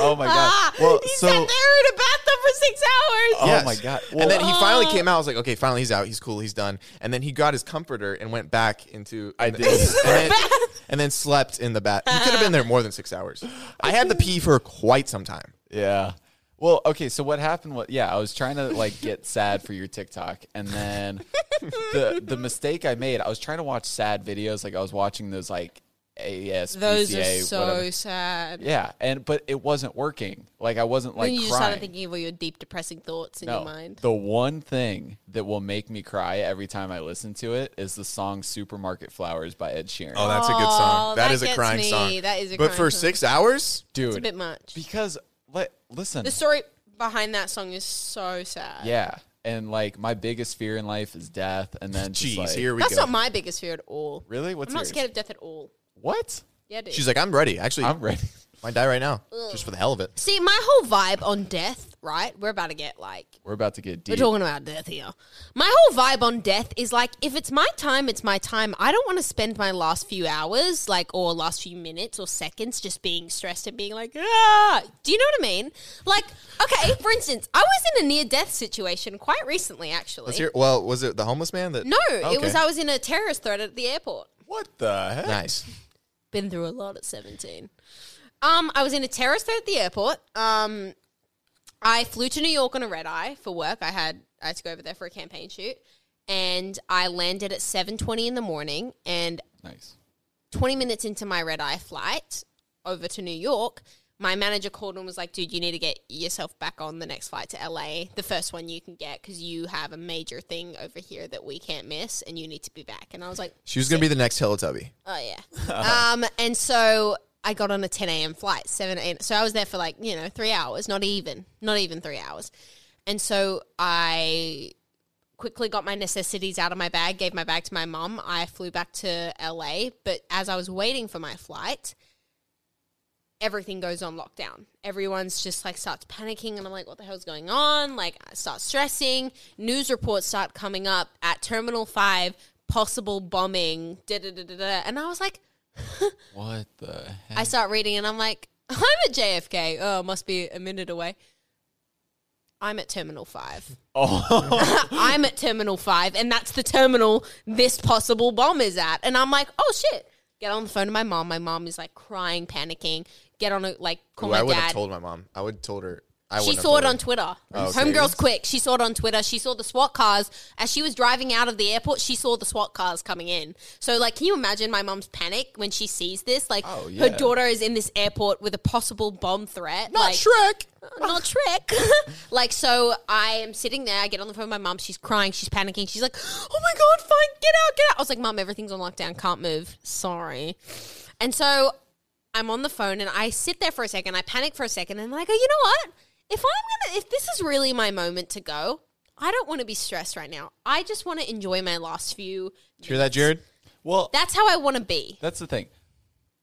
[SPEAKER 3] Oh my god. Well,
[SPEAKER 2] he
[SPEAKER 3] so
[SPEAKER 2] sat there in a bathtub for six hours.
[SPEAKER 3] Oh
[SPEAKER 1] Yes.
[SPEAKER 3] my God.
[SPEAKER 1] and then he
[SPEAKER 2] uh,
[SPEAKER 1] finally came out. I was like, okay, finally he's out. He's cool. He's done. And then he got his comforter and went back into.
[SPEAKER 3] I
[SPEAKER 1] and
[SPEAKER 3] did.
[SPEAKER 1] then- And then, and then slept in the bath. He could have been there more than six hours. I had to pee for quite some time.
[SPEAKER 3] Yeah. Well, okay. So what happened was, yeah, I was trying to like get sad for your TikTok, and then the the mistake I made, I was trying to watch sad videos, like I was watching those like AS,
[SPEAKER 2] Those are
[SPEAKER 3] PCA,
[SPEAKER 2] so
[SPEAKER 3] whatever.
[SPEAKER 2] sad.
[SPEAKER 3] yeah, and but it wasn't working. Like I wasn't like
[SPEAKER 2] then you just
[SPEAKER 3] crying.
[SPEAKER 2] started thinking of all your deep, depressing thoughts in
[SPEAKER 3] no,
[SPEAKER 2] your mind.
[SPEAKER 3] the one thing that will make me cry every time I listen to it is the song "Supermarket Flowers" by Ed Sheeran.
[SPEAKER 1] Oh, that's a good
[SPEAKER 2] Oh,
[SPEAKER 1] song.
[SPEAKER 2] that
[SPEAKER 1] is a
[SPEAKER 2] gets
[SPEAKER 1] crying
[SPEAKER 2] me.
[SPEAKER 1] song.
[SPEAKER 2] That is a
[SPEAKER 1] But
[SPEAKER 2] crying
[SPEAKER 1] for
[SPEAKER 2] song.
[SPEAKER 1] six hours,
[SPEAKER 2] it's a
[SPEAKER 3] dude,
[SPEAKER 2] bit much.
[SPEAKER 3] because let listen,
[SPEAKER 2] The story behind that song is so sad.
[SPEAKER 3] yeah, and like my biggest fear in life is death, and then just,
[SPEAKER 1] jeez,
[SPEAKER 3] like,
[SPEAKER 1] here we
[SPEAKER 2] That's
[SPEAKER 1] go.
[SPEAKER 2] not my biggest fear at all.
[SPEAKER 3] Really? What's
[SPEAKER 2] I'm not
[SPEAKER 3] yours?
[SPEAKER 2] scared of death at all.
[SPEAKER 3] What?
[SPEAKER 2] Yeah, dude.
[SPEAKER 1] She's like, I'm ready. Actually,
[SPEAKER 3] I'm ready.
[SPEAKER 1] might die right now, just for the hell of it.
[SPEAKER 2] See, my whole vibe on death, right? We're about to get like
[SPEAKER 3] We're about to get
[SPEAKER 2] We're
[SPEAKER 3] deep.
[SPEAKER 2] talking about death here. My whole vibe on death is like, if it's my time, it's my time. I don't want to spend my last few hours, like, or last few minutes or seconds just being stressed and being like, ah. Do you know what I mean? Like, okay, for instance, I was in a near death situation quite recently, actually.
[SPEAKER 1] Let's hear. Well, was it the homeless man that?
[SPEAKER 2] no, it was,
[SPEAKER 1] Okay.
[SPEAKER 2] I was in a terrorist threat at the airport.
[SPEAKER 3] What the heck?
[SPEAKER 1] Nice.
[SPEAKER 2] Been through a lot at 17. Um, I was in a terrorist threat at the airport. Um, I flew to New York on a red eye for work. I had I had to go over there for a campaign shoot, and I landed at seven twenty in the morning. And
[SPEAKER 3] Nice.
[SPEAKER 2] twenty minutes into my red eye flight over to New York, my manager called and was like, "Dude, you need to get yourself back on the next flight to LA, the first one you can get, because you have a major thing over here that we can't miss, and you need to be back." And I was like,
[SPEAKER 1] She was gonna be the next Teletubby.
[SPEAKER 2] Oh yeah. um, and so I got on a ten a.m. flight, seven a.m. So I was there for like you know three hours, not even, not even three hours. And so I quickly got my necessities out of my bag, gave my bag to my mum. I flew back to LA, but as I was waiting for my flight, everything goes on lockdown. Everyone's just like starts panicking, and I'm like, what the hell's going on? Like, I start stressing. News reports start coming up at Terminal 5, possible bombing, da da da da da. And I was like,
[SPEAKER 3] What the heck?
[SPEAKER 2] I start reading, and I'm like, I'm at JFK. Oh, must be a minute away. I'm at Terminal 5.
[SPEAKER 3] oh,
[SPEAKER 2] I'm at Terminal 5, and that's the terminal this possible bomb is at. And I'm like, oh shit. Get on the phone to my mom. My mom is like crying, panicking. Get on a, like, call
[SPEAKER 1] Ooh,
[SPEAKER 2] Oh my
[SPEAKER 1] I would
[SPEAKER 2] dad.
[SPEAKER 1] have told my mom. I would have told her. I
[SPEAKER 2] She
[SPEAKER 1] wouldn't have
[SPEAKER 2] saw it
[SPEAKER 1] told
[SPEAKER 2] on Twitter.
[SPEAKER 1] Oh, okay.
[SPEAKER 2] Homegirls quick. She saw it on Twitter. She saw the SWAT cars as she was driving out of the airport. She saw the SWAT cars coming in. So, like, can you imagine my mom's panic when she sees this? Like,
[SPEAKER 3] Oh,
[SPEAKER 2] her
[SPEAKER 3] yeah.
[SPEAKER 2] daughter is in this airport with a possible bomb threat.
[SPEAKER 1] Not
[SPEAKER 2] like,
[SPEAKER 1] Shrek.
[SPEAKER 2] not Shrek. like, so I am sitting there. I get on the phone with my mom. She's crying. She's panicking. She's like, oh my God, fine, get out, get out. I was like, Mom, everything's on lockdown. Can't move. Sorry. And so I'm on the phone and I sit there for a second. I panic for a second and I go, you know what? If I'm going to, if this is really my moment to go, I don't want to be stressed right now. I just want to enjoy my last few.
[SPEAKER 1] Did you hear that, Jared?
[SPEAKER 3] well,
[SPEAKER 2] That's how I want to be.
[SPEAKER 3] that's the thing.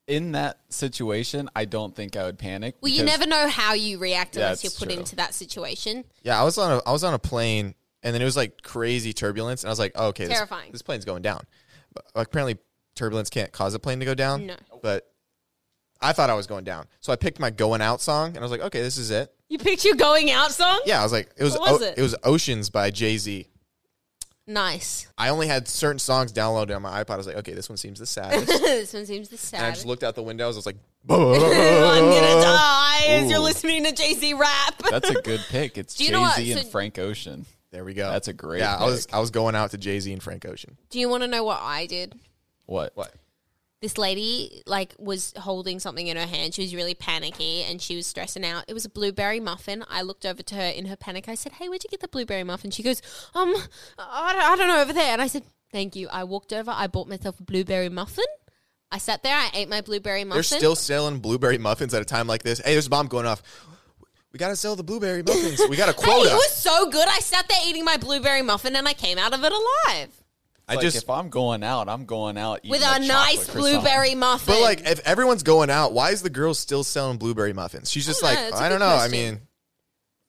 [SPEAKER 3] In that situation, I don't think I would panic.
[SPEAKER 2] Well, you
[SPEAKER 3] because-
[SPEAKER 2] never know how you react unless you're
[SPEAKER 3] That's
[SPEAKER 2] put
[SPEAKER 3] true.
[SPEAKER 2] into that situation.
[SPEAKER 1] Yeah, I was on a I was on a plane, and then it was like crazy turbulence, and I was like, oh, okay, this,
[SPEAKER 2] Terrifying.
[SPEAKER 1] This plane's going down. But apparently, turbulence can't cause a plane to go down.
[SPEAKER 2] No.
[SPEAKER 1] but I thought I was going down, so I picked my going out song, and I was like, okay, this is it.
[SPEAKER 2] You picture going out song?
[SPEAKER 1] Yeah, I was like, it was
[SPEAKER 2] What was
[SPEAKER 1] O-
[SPEAKER 2] it?
[SPEAKER 1] was Oceans by Jay Z.
[SPEAKER 2] Nice.
[SPEAKER 1] I only had certain songs downloaded on my iPod. I was like, okay, this one seems the saddest.
[SPEAKER 2] this one seems the sad.
[SPEAKER 1] and I just looked out the window. I was like,
[SPEAKER 2] I'm gonna die as you're
[SPEAKER 3] Ooh.
[SPEAKER 2] listening to Jay Z rap.
[SPEAKER 3] That's a good pick. It's
[SPEAKER 2] Do you
[SPEAKER 3] Jay
[SPEAKER 2] know
[SPEAKER 3] Z
[SPEAKER 2] what?
[SPEAKER 3] and
[SPEAKER 2] So-
[SPEAKER 3] Frank Ocean.
[SPEAKER 1] there we go.
[SPEAKER 3] That's a great
[SPEAKER 1] Yeah, I was
[SPEAKER 3] pick.
[SPEAKER 1] I was going out to Jay Z and Frank Ocean.
[SPEAKER 2] Do you want to know what I did?
[SPEAKER 3] What?
[SPEAKER 1] What?
[SPEAKER 2] This lady like was holding something in her hand. She was really panicky and she was stressing out. It was a blueberry muffin. I looked over to her in her panic. I said, "Hey, where'd you get the blueberry muffin?" She goes, "Um, I don't, I don't know over there." And I said, "Thank you." I walked over. I bought myself a blueberry muffin. I sat there. I ate my blueberry muffin.
[SPEAKER 1] They're still selling blueberry muffins at a time like this. Hey, there's a bomb going off. We gotta sell the blueberry muffins. We got a
[SPEAKER 2] Hey,
[SPEAKER 1] quota.
[SPEAKER 2] it was so good. I sat there eating my blueberry muffin and I came out of it alive.
[SPEAKER 1] I
[SPEAKER 3] Like,
[SPEAKER 1] just,
[SPEAKER 3] if I'm going out, I'm going out eating
[SPEAKER 2] with a nice
[SPEAKER 3] chocolate croissant.
[SPEAKER 2] blueberry muffin.
[SPEAKER 1] but like, if everyone's going out, why is the girl still selling blueberry muffins? She's just
[SPEAKER 2] I don't
[SPEAKER 1] like,
[SPEAKER 2] know. That's a
[SPEAKER 1] I don't
[SPEAKER 2] good
[SPEAKER 1] know.
[SPEAKER 2] question.
[SPEAKER 1] I mean,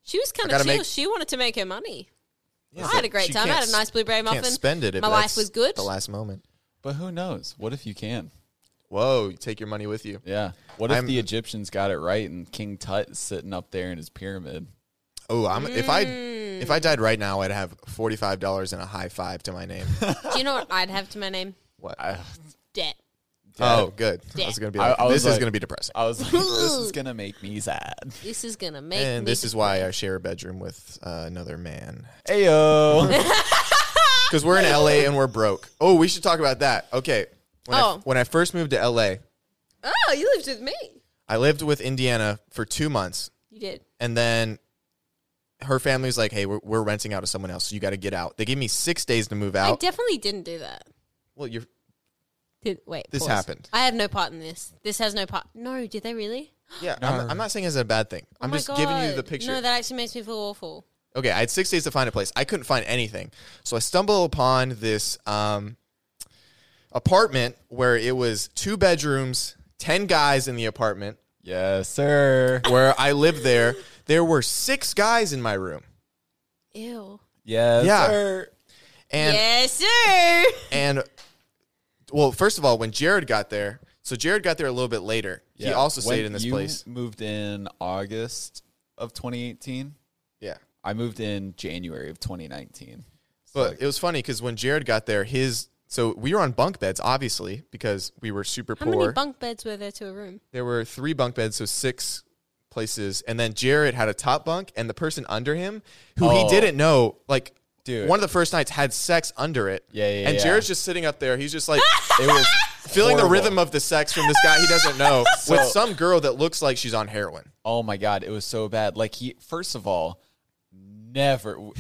[SPEAKER 2] she was kind
[SPEAKER 1] I
[SPEAKER 2] of
[SPEAKER 1] gotta
[SPEAKER 2] chill.
[SPEAKER 1] make-
[SPEAKER 2] she wanted to make her money.
[SPEAKER 1] yeah,
[SPEAKER 2] I had a great
[SPEAKER 1] she
[SPEAKER 2] time. I
[SPEAKER 1] can't
[SPEAKER 2] had a nice
[SPEAKER 1] s-
[SPEAKER 2] blueberry muffin.
[SPEAKER 1] Can't spend it. if
[SPEAKER 2] My life
[SPEAKER 1] that's
[SPEAKER 2] was good.
[SPEAKER 1] The last moment.
[SPEAKER 3] But who knows? What if you can?
[SPEAKER 1] Whoa, you take your money with you.
[SPEAKER 3] Yeah. What if
[SPEAKER 1] I'm-
[SPEAKER 3] the Egyptians got it right and King Tut is sitting up there in his pyramid?
[SPEAKER 1] Oh, I'm if I if I
[SPEAKER 2] Mm.
[SPEAKER 1] died right now, I'd have forty five dollars and a high five to my name.
[SPEAKER 2] Do you know what I'd have to my name?
[SPEAKER 1] what?
[SPEAKER 3] I,
[SPEAKER 2] Debt.
[SPEAKER 1] oh, good. I was
[SPEAKER 2] Dead.
[SPEAKER 1] gonna be.
[SPEAKER 3] I-
[SPEAKER 1] Like,
[SPEAKER 3] I was
[SPEAKER 1] this is
[SPEAKER 3] like- uh,
[SPEAKER 1] gonna be depressing.
[SPEAKER 3] I was like, this is gonna make me sad.
[SPEAKER 2] This is gonna make
[SPEAKER 1] and
[SPEAKER 2] me
[SPEAKER 1] this is why I share a bedroom with uh, another man.
[SPEAKER 3] Ayo.
[SPEAKER 1] Because we're in LA and we're broke. Oh, we should talk about that. Okay. When, I,
[SPEAKER 2] Oh.
[SPEAKER 1] when I first moved to LA,
[SPEAKER 2] Oh, you lived with me.
[SPEAKER 1] I lived with Indiana for two months.
[SPEAKER 2] You did.
[SPEAKER 1] And then her family's like, hey, we're, we're renting out to someone else. So you got to get out. They gave me six days to move
[SPEAKER 2] I
[SPEAKER 1] out.
[SPEAKER 2] definitely didn't do that.
[SPEAKER 1] well, you're,
[SPEAKER 2] Did wait.
[SPEAKER 1] This
[SPEAKER 2] pause.
[SPEAKER 1] happened.
[SPEAKER 2] I have no part in this. This has no part. No, did they really?
[SPEAKER 1] yeah, I'm, I'm not saying it's a bad thing.
[SPEAKER 2] Oh
[SPEAKER 1] I'm
[SPEAKER 2] my
[SPEAKER 1] just giving you the
[SPEAKER 2] God.
[SPEAKER 1] picture.
[SPEAKER 2] No, that actually makes me feel awful.
[SPEAKER 1] okay, I had six days to find a place. I couldn't find anything. So I stumbled upon this um, apartment where it was two bedrooms, 10 guys in the apartment.
[SPEAKER 3] yes, sir.
[SPEAKER 1] where I lived there, there were six guys in my room.
[SPEAKER 2] Ew.
[SPEAKER 3] Yes,
[SPEAKER 1] Yeah.
[SPEAKER 3] sir.
[SPEAKER 1] And
[SPEAKER 2] yes, sir.
[SPEAKER 1] and well, first of all, when Jared got there, so Jared got there a little bit later. He
[SPEAKER 3] Yeah.
[SPEAKER 1] also stayed
[SPEAKER 3] When
[SPEAKER 1] in this
[SPEAKER 3] you
[SPEAKER 1] place.
[SPEAKER 3] Moved in August of 2018.
[SPEAKER 1] Yeah.
[SPEAKER 3] I moved in January of 2019.
[SPEAKER 1] But it was funny because when Jared got there, his so we were on bunk beds, obviously, because we were super
[SPEAKER 2] How
[SPEAKER 1] poor.
[SPEAKER 2] many bunk beds were there to a room?
[SPEAKER 1] there were three bunk beds, so six places, and then Jared had a top bunk, and the person under him, who
[SPEAKER 3] Oh.
[SPEAKER 1] he didn't know, like.
[SPEAKER 3] Dude.
[SPEAKER 1] one of the first nights had sex under it.
[SPEAKER 3] Yeah, yeah,
[SPEAKER 1] And
[SPEAKER 3] yeah.
[SPEAKER 1] Jared's just sitting up there. He's just like
[SPEAKER 3] It was
[SPEAKER 1] feeling the
[SPEAKER 3] horrible.
[SPEAKER 1] rhythm of the sex from this guy he doesn't know with
[SPEAKER 3] So-
[SPEAKER 1] some girl that looks like she's on heroin.
[SPEAKER 3] Oh my god, it was so bad. Like he, first of all, never, w-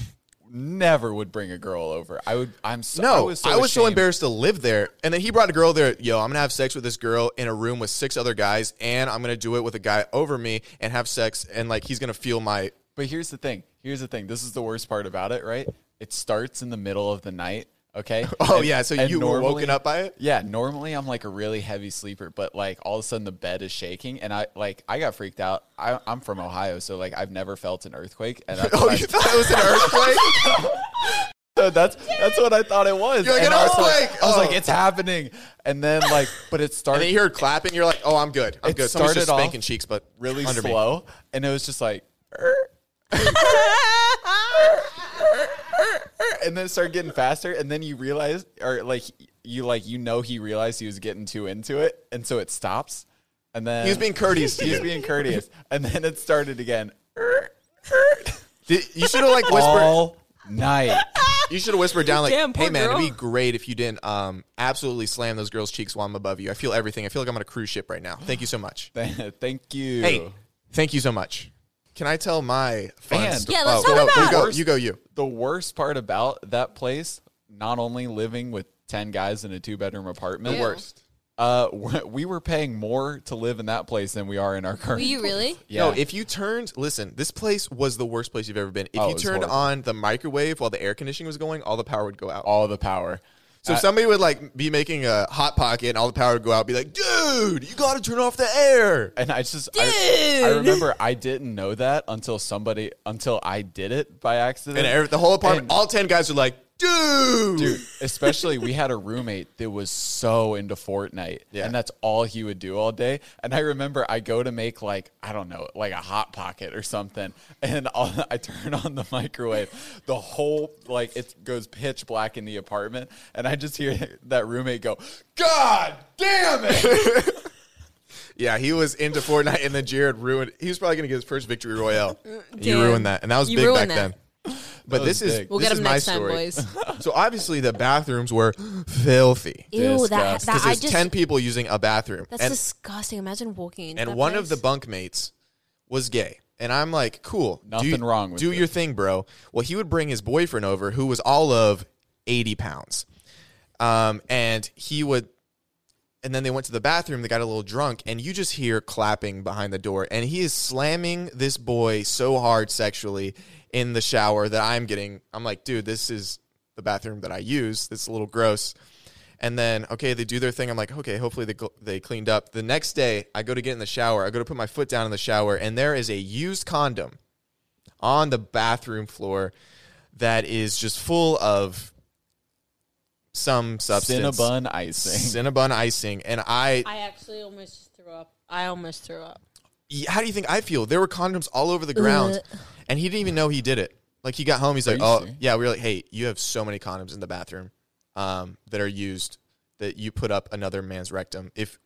[SPEAKER 3] never would bring a girl over. I would. I'm so.
[SPEAKER 1] No,
[SPEAKER 3] I was so, ashamed.
[SPEAKER 1] embarrassed to live there. And then he brought a girl there. Yo, I'm gonna have sex with this girl in a room with six other guys, and I'm gonna do it with a guy over me and have sex, and like he's gonna feel my.
[SPEAKER 3] But here's the thing. Here's the thing. This is the worst part about it, right? It starts in the middle of the night. Okay.
[SPEAKER 1] Oh
[SPEAKER 3] And-
[SPEAKER 1] yeah, so
[SPEAKER 3] and
[SPEAKER 1] you were
[SPEAKER 3] normally-
[SPEAKER 1] woken up by it.
[SPEAKER 3] Yeah, normally I'm like a really heavy sleeper, but like all of a sudden the bed is shaking, and I like I got freaked out. I, I'm from Ohio, so like I've never felt an earthquake, and that's,
[SPEAKER 1] Oh,
[SPEAKER 3] what, I,
[SPEAKER 1] you thought it was an earthquake?
[SPEAKER 3] so that's that's what I thought it was.
[SPEAKER 1] You're like,
[SPEAKER 3] And
[SPEAKER 1] "An
[SPEAKER 3] I was
[SPEAKER 1] earthquake!"
[SPEAKER 3] I was like,
[SPEAKER 1] Oh.
[SPEAKER 3] it's happening, and then like, but it started.
[SPEAKER 1] and then you heard clapping. You're like, oh, I'm good. I'm
[SPEAKER 3] It
[SPEAKER 1] good. Someone's
[SPEAKER 3] started
[SPEAKER 1] just spanking
[SPEAKER 3] off
[SPEAKER 1] cheeks, but
[SPEAKER 3] really
[SPEAKER 1] under me.
[SPEAKER 3] slow, and it was just like, and then it started getting faster, and then you realize, or like you like you know he realized he was getting too into it, and so it stops, and then
[SPEAKER 1] He was being courteous to
[SPEAKER 3] he was
[SPEAKER 1] you.
[SPEAKER 3] being courteous, and then it started again
[SPEAKER 1] Did- you should have like whispered.
[SPEAKER 3] all night.
[SPEAKER 1] You should have whispered down like,
[SPEAKER 2] Damn, poor
[SPEAKER 1] "Hey man,
[SPEAKER 2] girl."
[SPEAKER 1] it'd be great if you didn't um absolutely slam those girls' cheeks while I'm above you. I feel everything. I feel like I'm on a cruise ship right now. Thank you so much.
[SPEAKER 3] Thank you.
[SPEAKER 1] Hey, thank you so much. Can I tell my fun
[SPEAKER 3] And-
[SPEAKER 1] sto-
[SPEAKER 2] Yeah, let's talk
[SPEAKER 1] no,
[SPEAKER 2] about-
[SPEAKER 1] you go. You go. You.
[SPEAKER 3] The worst part about that place, not only living with ten guys in a two-bedroom apartment,
[SPEAKER 2] Ew. Worst.
[SPEAKER 3] Uh, we- we were paying more to live in that place than we are in our current.
[SPEAKER 2] Were you really?
[SPEAKER 3] Yeah.
[SPEAKER 1] No, if you turned, listen, this place was the worst place you've ever been. If
[SPEAKER 3] Oh, it
[SPEAKER 1] you
[SPEAKER 3] was
[SPEAKER 1] turned
[SPEAKER 3] horrible.
[SPEAKER 1] on the microwave while the air conditioning was going, all the power would go out.
[SPEAKER 3] all the power.
[SPEAKER 1] so if somebody would like be making a hot pocket and all the power would go out, be like, dude, you got to turn off the air.
[SPEAKER 3] And I just I, I
[SPEAKER 2] Dude.
[SPEAKER 3] remember I didn't know that until somebody until I did it by accident.
[SPEAKER 1] And every, the whole apartment,
[SPEAKER 3] And-
[SPEAKER 1] all ten guys are like, dude,
[SPEAKER 3] Dude, especially we had a roommate that was so into Fortnite,
[SPEAKER 1] Yeah.
[SPEAKER 3] and that's all he would do all day. And I remember I go to make like I don't know, like a hot pocket or something, and all, I turn on the microwave. The whole like it goes pitch black in the apartment, and I just hear that roommate go, "God damn it!"
[SPEAKER 1] Yeah, he was into Fortnite, and then Jared ruined. He was probably going to get his first victory royale.
[SPEAKER 2] Damn.
[SPEAKER 1] You ruined that, and that was
[SPEAKER 2] Uh, You
[SPEAKER 1] big back
[SPEAKER 2] ruined
[SPEAKER 1] then.
[SPEAKER 2] that.
[SPEAKER 1] But
[SPEAKER 3] was
[SPEAKER 1] this is
[SPEAKER 3] big.
[SPEAKER 2] We'll
[SPEAKER 1] this
[SPEAKER 2] get
[SPEAKER 1] is
[SPEAKER 2] 'em
[SPEAKER 1] my
[SPEAKER 2] next time,
[SPEAKER 1] story.
[SPEAKER 2] boys.
[SPEAKER 1] so obviously the bathrooms were filthy
[SPEAKER 2] Ew, that,
[SPEAKER 3] Disgust.
[SPEAKER 2] that
[SPEAKER 1] because
[SPEAKER 2] I
[SPEAKER 1] there's
[SPEAKER 2] just
[SPEAKER 1] ten people using a bathroom,
[SPEAKER 2] that's
[SPEAKER 1] and
[SPEAKER 2] disgusting. Imagine walking into
[SPEAKER 1] and
[SPEAKER 2] that
[SPEAKER 1] one of the
[SPEAKER 2] place.
[SPEAKER 1] bunk mates was gay. And I'm like, cool.
[SPEAKER 3] Nothing
[SPEAKER 1] do,
[SPEAKER 3] wrong with
[SPEAKER 1] Do
[SPEAKER 3] it.
[SPEAKER 1] your thing, bro. Well, he would bring his boyfriend over, who was all of 80 pounds. Um, and he would, and then they went to the bathroom. They got a little drunk, and you just hear clapping behind the door. And he is slamming this boy so hard sexually in the shower that I'm getting, I'm like, dude, this is the bathroom that I use. It's a little gross. And then, okay, they do their thing. I'm like, okay, hopefully they, cl- they cleaned up. The next day, I go to get in the shower. I go to put my foot down in the shower, and there is a used condom on the bathroom floor that is just full of some substance.
[SPEAKER 3] Cinnabon icing.
[SPEAKER 1] Cinnabon icing. And I,
[SPEAKER 2] I actually almost just threw up. I almost threw up.
[SPEAKER 1] how do you think I feel? There were condoms all over the ground, and he didn't even know he did it. Like, he got home, he's like,
[SPEAKER 3] you
[SPEAKER 1] oh,
[SPEAKER 3] serious?
[SPEAKER 1] yeah, we were like, hey, you have so many condoms in the bathroom um, that are used that you put up another man's rectum. If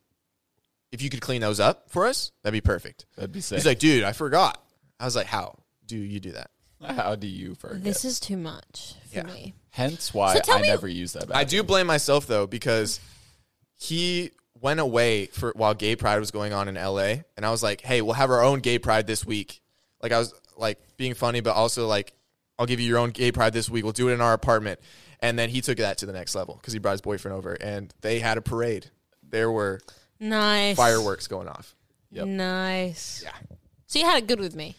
[SPEAKER 1] if you could clean those up for us, that'd be perfect.
[SPEAKER 3] That'd be sick.
[SPEAKER 1] He's like, dude, I forgot. I was like, how do you do that?
[SPEAKER 3] How do you forget?
[SPEAKER 2] This is too much for
[SPEAKER 1] Yeah.
[SPEAKER 2] me.
[SPEAKER 3] Hence why
[SPEAKER 2] So tell
[SPEAKER 3] I
[SPEAKER 2] me-
[SPEAKER 3] never use that.
[SPEAKER 1] I
[SPEAKER 3] Bathroom.
[SPEAKER 1] do blame myself though because he went away for while gay pride was going on in LA and I was like, "Hey, we'll have our own gay pride this week." Like I was like being funny but also like I'll give you your own gay pride this week. We'll do it in our apartment. And then he took that to the next level cuz he brought his boyfriend over and they had a parade. There were
[SPEAKER 2] Nice
[SPEAKER 1] fireworks going off.
[SPEAKER 3] Yep.
[SPEAKER 2] Nice. Yeah. So you had it good with me.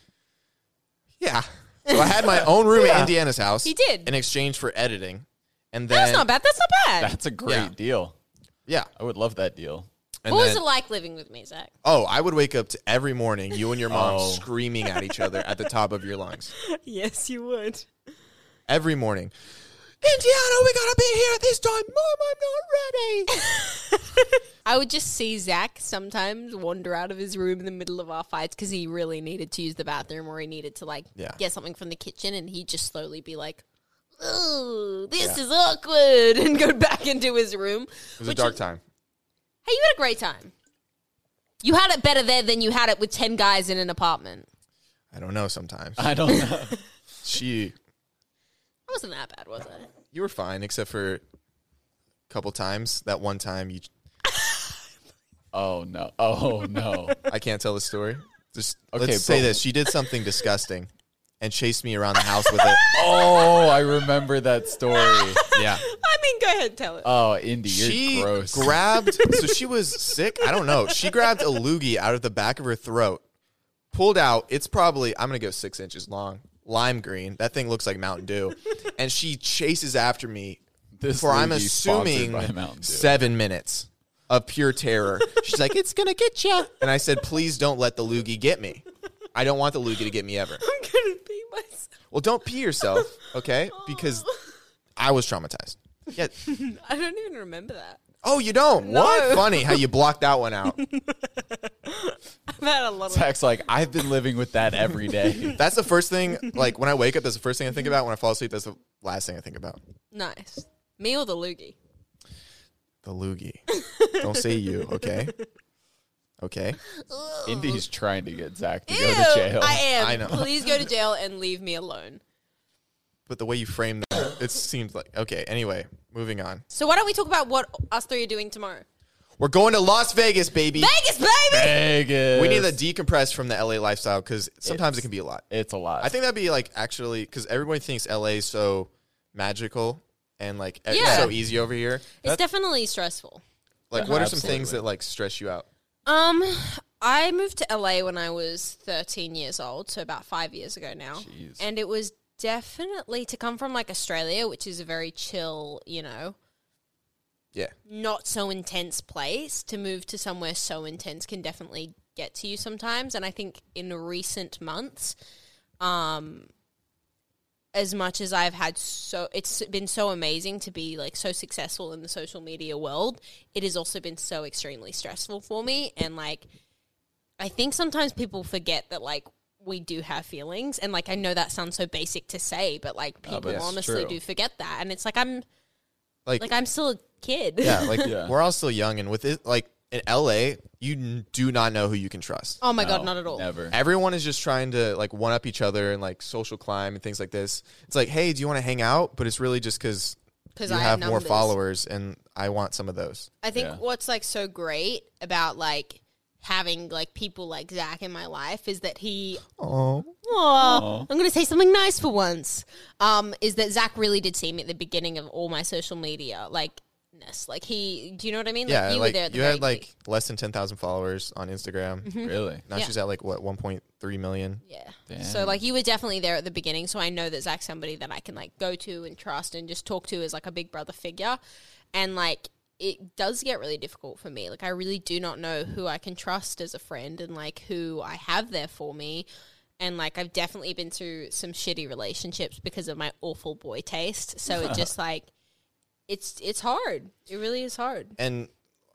[SPEAKER 1] Yeah. So I had my own room at
[SPEAKER 3] Yeah.
[SPEAKER 1] Indiana's house.
[SPEAKER 2] He did.
[SPEAKER 1] In exchange for editing. And then
[SPEAKER 2] That's not bad. That's not bad.
[SPEAKER 3] That's a great
[SPEAKER 1] Yeah.
[SPEAKER 3] deal.
[SPEAKER 1] Yeah.
[SPEAKER 3] I would love that deal.
[SPEAKER 1] And
[SPEAKER 2] what
[SPEAKER 1] then,
[SPEAKER 2] was it like living with me, Zach?
[SPEAKER 1] Oh, I would wake up to every morning, you and your mom
[SPEAKER 3] Oh.
[SPEAKER 1] screaming at each other at the top of your lungs.
[SPEAKER 2] yes, you would.
[SPEAKER 1] Every morning. Indiana, we gotta be here at this time. Mom, I'm not ready.
[SPEAKER 2] I would just see Zach sometimes wander out of his room in the middle of our fights because he really needed to use the bathroom or he needed to like
[SPEAKER 1] Yeah.
[SPEAKER 2] get something from the kitchen, and he'd just slowly be like, "Ooh, this is awkward," and go back into his room.
[SPEAKER 1] It was a dark time.
[SPEAKER 2] Hey, you had a great time. You had it better there than you had it with 10 guys in an apartment.
[SPEAKER 1] I don't know sometimes.
[SPEAKER 3] I don't know.
[SPEAKER 1] she
[SPEAKER 2] It wasn't that bad, was it?
[SPEAKER 1] you were fine except for a couple times. That one time you
[SPEAKER 3] Oh no. Oh no.
[SPEAKER 1] I can't tell the story. Just
[SPEAKER 3] Okay,
[SPEAKER 1] let's say
[SPEAKER 3] but-
[SPEAKER 1] this. She did something disgusting and chased me around the house with it.
[SPEAKER 3] Oh, I remember that story.
[SPEAKER 1] Yeah.
[SPEAKER 2] I mean, go ahead, tell it.
[SPEAKER 3] Oh, Indy, you're
[SPEAKER 1] She
[SPEAKER 3] gross.
[SPEAKER 1] grabbed so she was sick. I don't know. She grabbed a loogie out of the back of her throat, pulled out, it's probably I'm gonna go six inches long, lime green. That thing looks like Mountain Dew. And she chases after me
[SPEAKER 3] This
[SPEAKER 1] for I'm
[SPEAKER 3] loogie sponsored
[SPEAKER 1] assuming
[SPEAKER 3] by Mountain Dew.
[SPEAKER 1] seven minutes of pure terror. She's like, "It's gonna get you," and I said, "Please don't let the loogie get me. I don't want the loogie to get me ever."
[SPEAKER 2] I'm going to pee myself.
[SPEAKER 1] Well, don't pee yourself, okay? Because I was traumatized. Yeah.
[SPEAKER 2] I don't even remember that.
[SPEAKER 1] Oh, you don't. What?
[SPEAKER 2] No.
[SPEAKER 1] Funny how you blocked that one out.
[SPEAKER 2] I've had a lot of.
[SPEAKER 3] Zach's like, I've been living with that every day.
[SPEAKER 1] That's the first thing. Like when I wake up, that's the first thing I think about. When I fall asleep, that's the last thing I think about.
[SPEAKER 2] Nice. Me or the loogie?
[SPEAKER 1] The loogie. Don't say you, okay? Okay.
[SPEAKER 3] Indy's trying to get Zach to go to jail.
[SPEAKER 2] I am.
[SPEAKER 1] I know.
[SPEAKER 2] Please go to jail and leave me alone.
[SPEAKER 1] But the way you framed that, it seems like okay. Anyway, moving on.
[SPEAKER 2] So why don't we talk about what us three are doing tomorrow?
[SPEAKER 1] We're going to Las Vegas, baby.
[SPEAKER 2] Vegas, baby!
[SPEAKER 3] Vegas.
[SPEAKER 1] We need to decompress from the LA lifestyle because sometimes it can be a lot.
[SPEAKER 3] It's a lot.
[SPEAKER 1] I think that'd be like actually because everybody thinks LA is so magical and like it's
[SPEAKER 2] Yeah.
[SPEAKER 1] so easy over here.
[SPEAKER 2] It's definitely stressful.
[SPEAKER 1] Like, what are some
[SPEAKER 3] Absolutely.
[SPEAKER 1] things that like stress you out?
[SPEAKER 2] Um, I moved to LA when I was 13 years old, so about five years ago now.
[SPEAKER 3] Jeez.
[SPEAKER 2] And it was definitely to come from like Australia, which is a very chill, you know,
[SPEAKER 1] Yeah,
[SPEAKER 2] not so intense place, to move to somewhere so intense can definitely get to you sometimes. And I think in recent months, um, as much as I've had so, it's been so amazing to be like so successful in the social media world. It has also been so extremely stressful for me. And like, I think sometimes people forget that like we do have feelings. And like, I know that sounds so basic to say, but like people
[SPEAKER 3] it's
[SPEAKER 2] honestly
[SPEAKER 3] true.
[SPEAKER 2] do forget that. And it's like, I'm
[SPEAKER 1] like,
[SPEAKER 2] like, I'm still a kid.
[SPEAKER 1] yeah, like
[SPEAKER 3] Yeah.
[SPEAKER 1] we're all still young, and with it, like in LA, you n- do not know who you can trust.
[SPEAKER 2] Oh my
[SPEAKER 3] No,
[SPEAKER 2] god, not at all.
[SPEAKER 3] Never.
[SPEAKER 1] Everyone is just trying to like one up each other and like social climb and things like this. It's like, hey, do you want to hang out? But it's really just because you
[SPEAKER 2] Because I
[SPEAKER 1] have
[SPEAKER 2] have
[SPEAKER 1] more
[SPEAKER 2] numbers.
[SPEAKER 1] followers, and I want some of those.
[SPEAKER 2] I think
[SPEAKER 3] Yeah.
[SPEAKER 2] what's like so great about like having like people like Zach in my life is that he.
[SPEAKER 1] Oh,
[SPEAKER 2] Aw, I'm gonna say something nice for once. Um, is that Zach really did see me at the beginning of all my social media like. ness. Like he, do you know what I mean?
[SPEAKER 1] yeah,
[SPEAKER 2] like you
[SPEAKER 1] like
[SPEAKER 2] were there. At the
[SPEAKER 1] you
[SPEAKER 2] very
[SPEAKER 1] had like
[SPEAKER 2] beginning.
[SPEAKER 1] less than ten thousand followers on Instagram.
[SPEAKER 2] Mm-hmm.
[SPEAKER 3] Really?
[SPEAKER 1] Now
[SPEAKER 2] Yeah.
[SPEAKER 1] she's at like what 1.3 million.
[SPEAKER 2] yeah.
[SPEAKER 3] Damn.
[SPEAKER 2] So like you were definitely there at the beginning. So I know that Zach's somebody that I can like go to and trust and just talk to as like a big brother figure, and like it does get really difficult for me. Like I really do not know who I can trust as a friend and like who I have there for me. And like I've definitely been through some shitty relationships because of my awful boy taste. So it just like it's it's hard. It really is hard.
[SPEAKER 1] And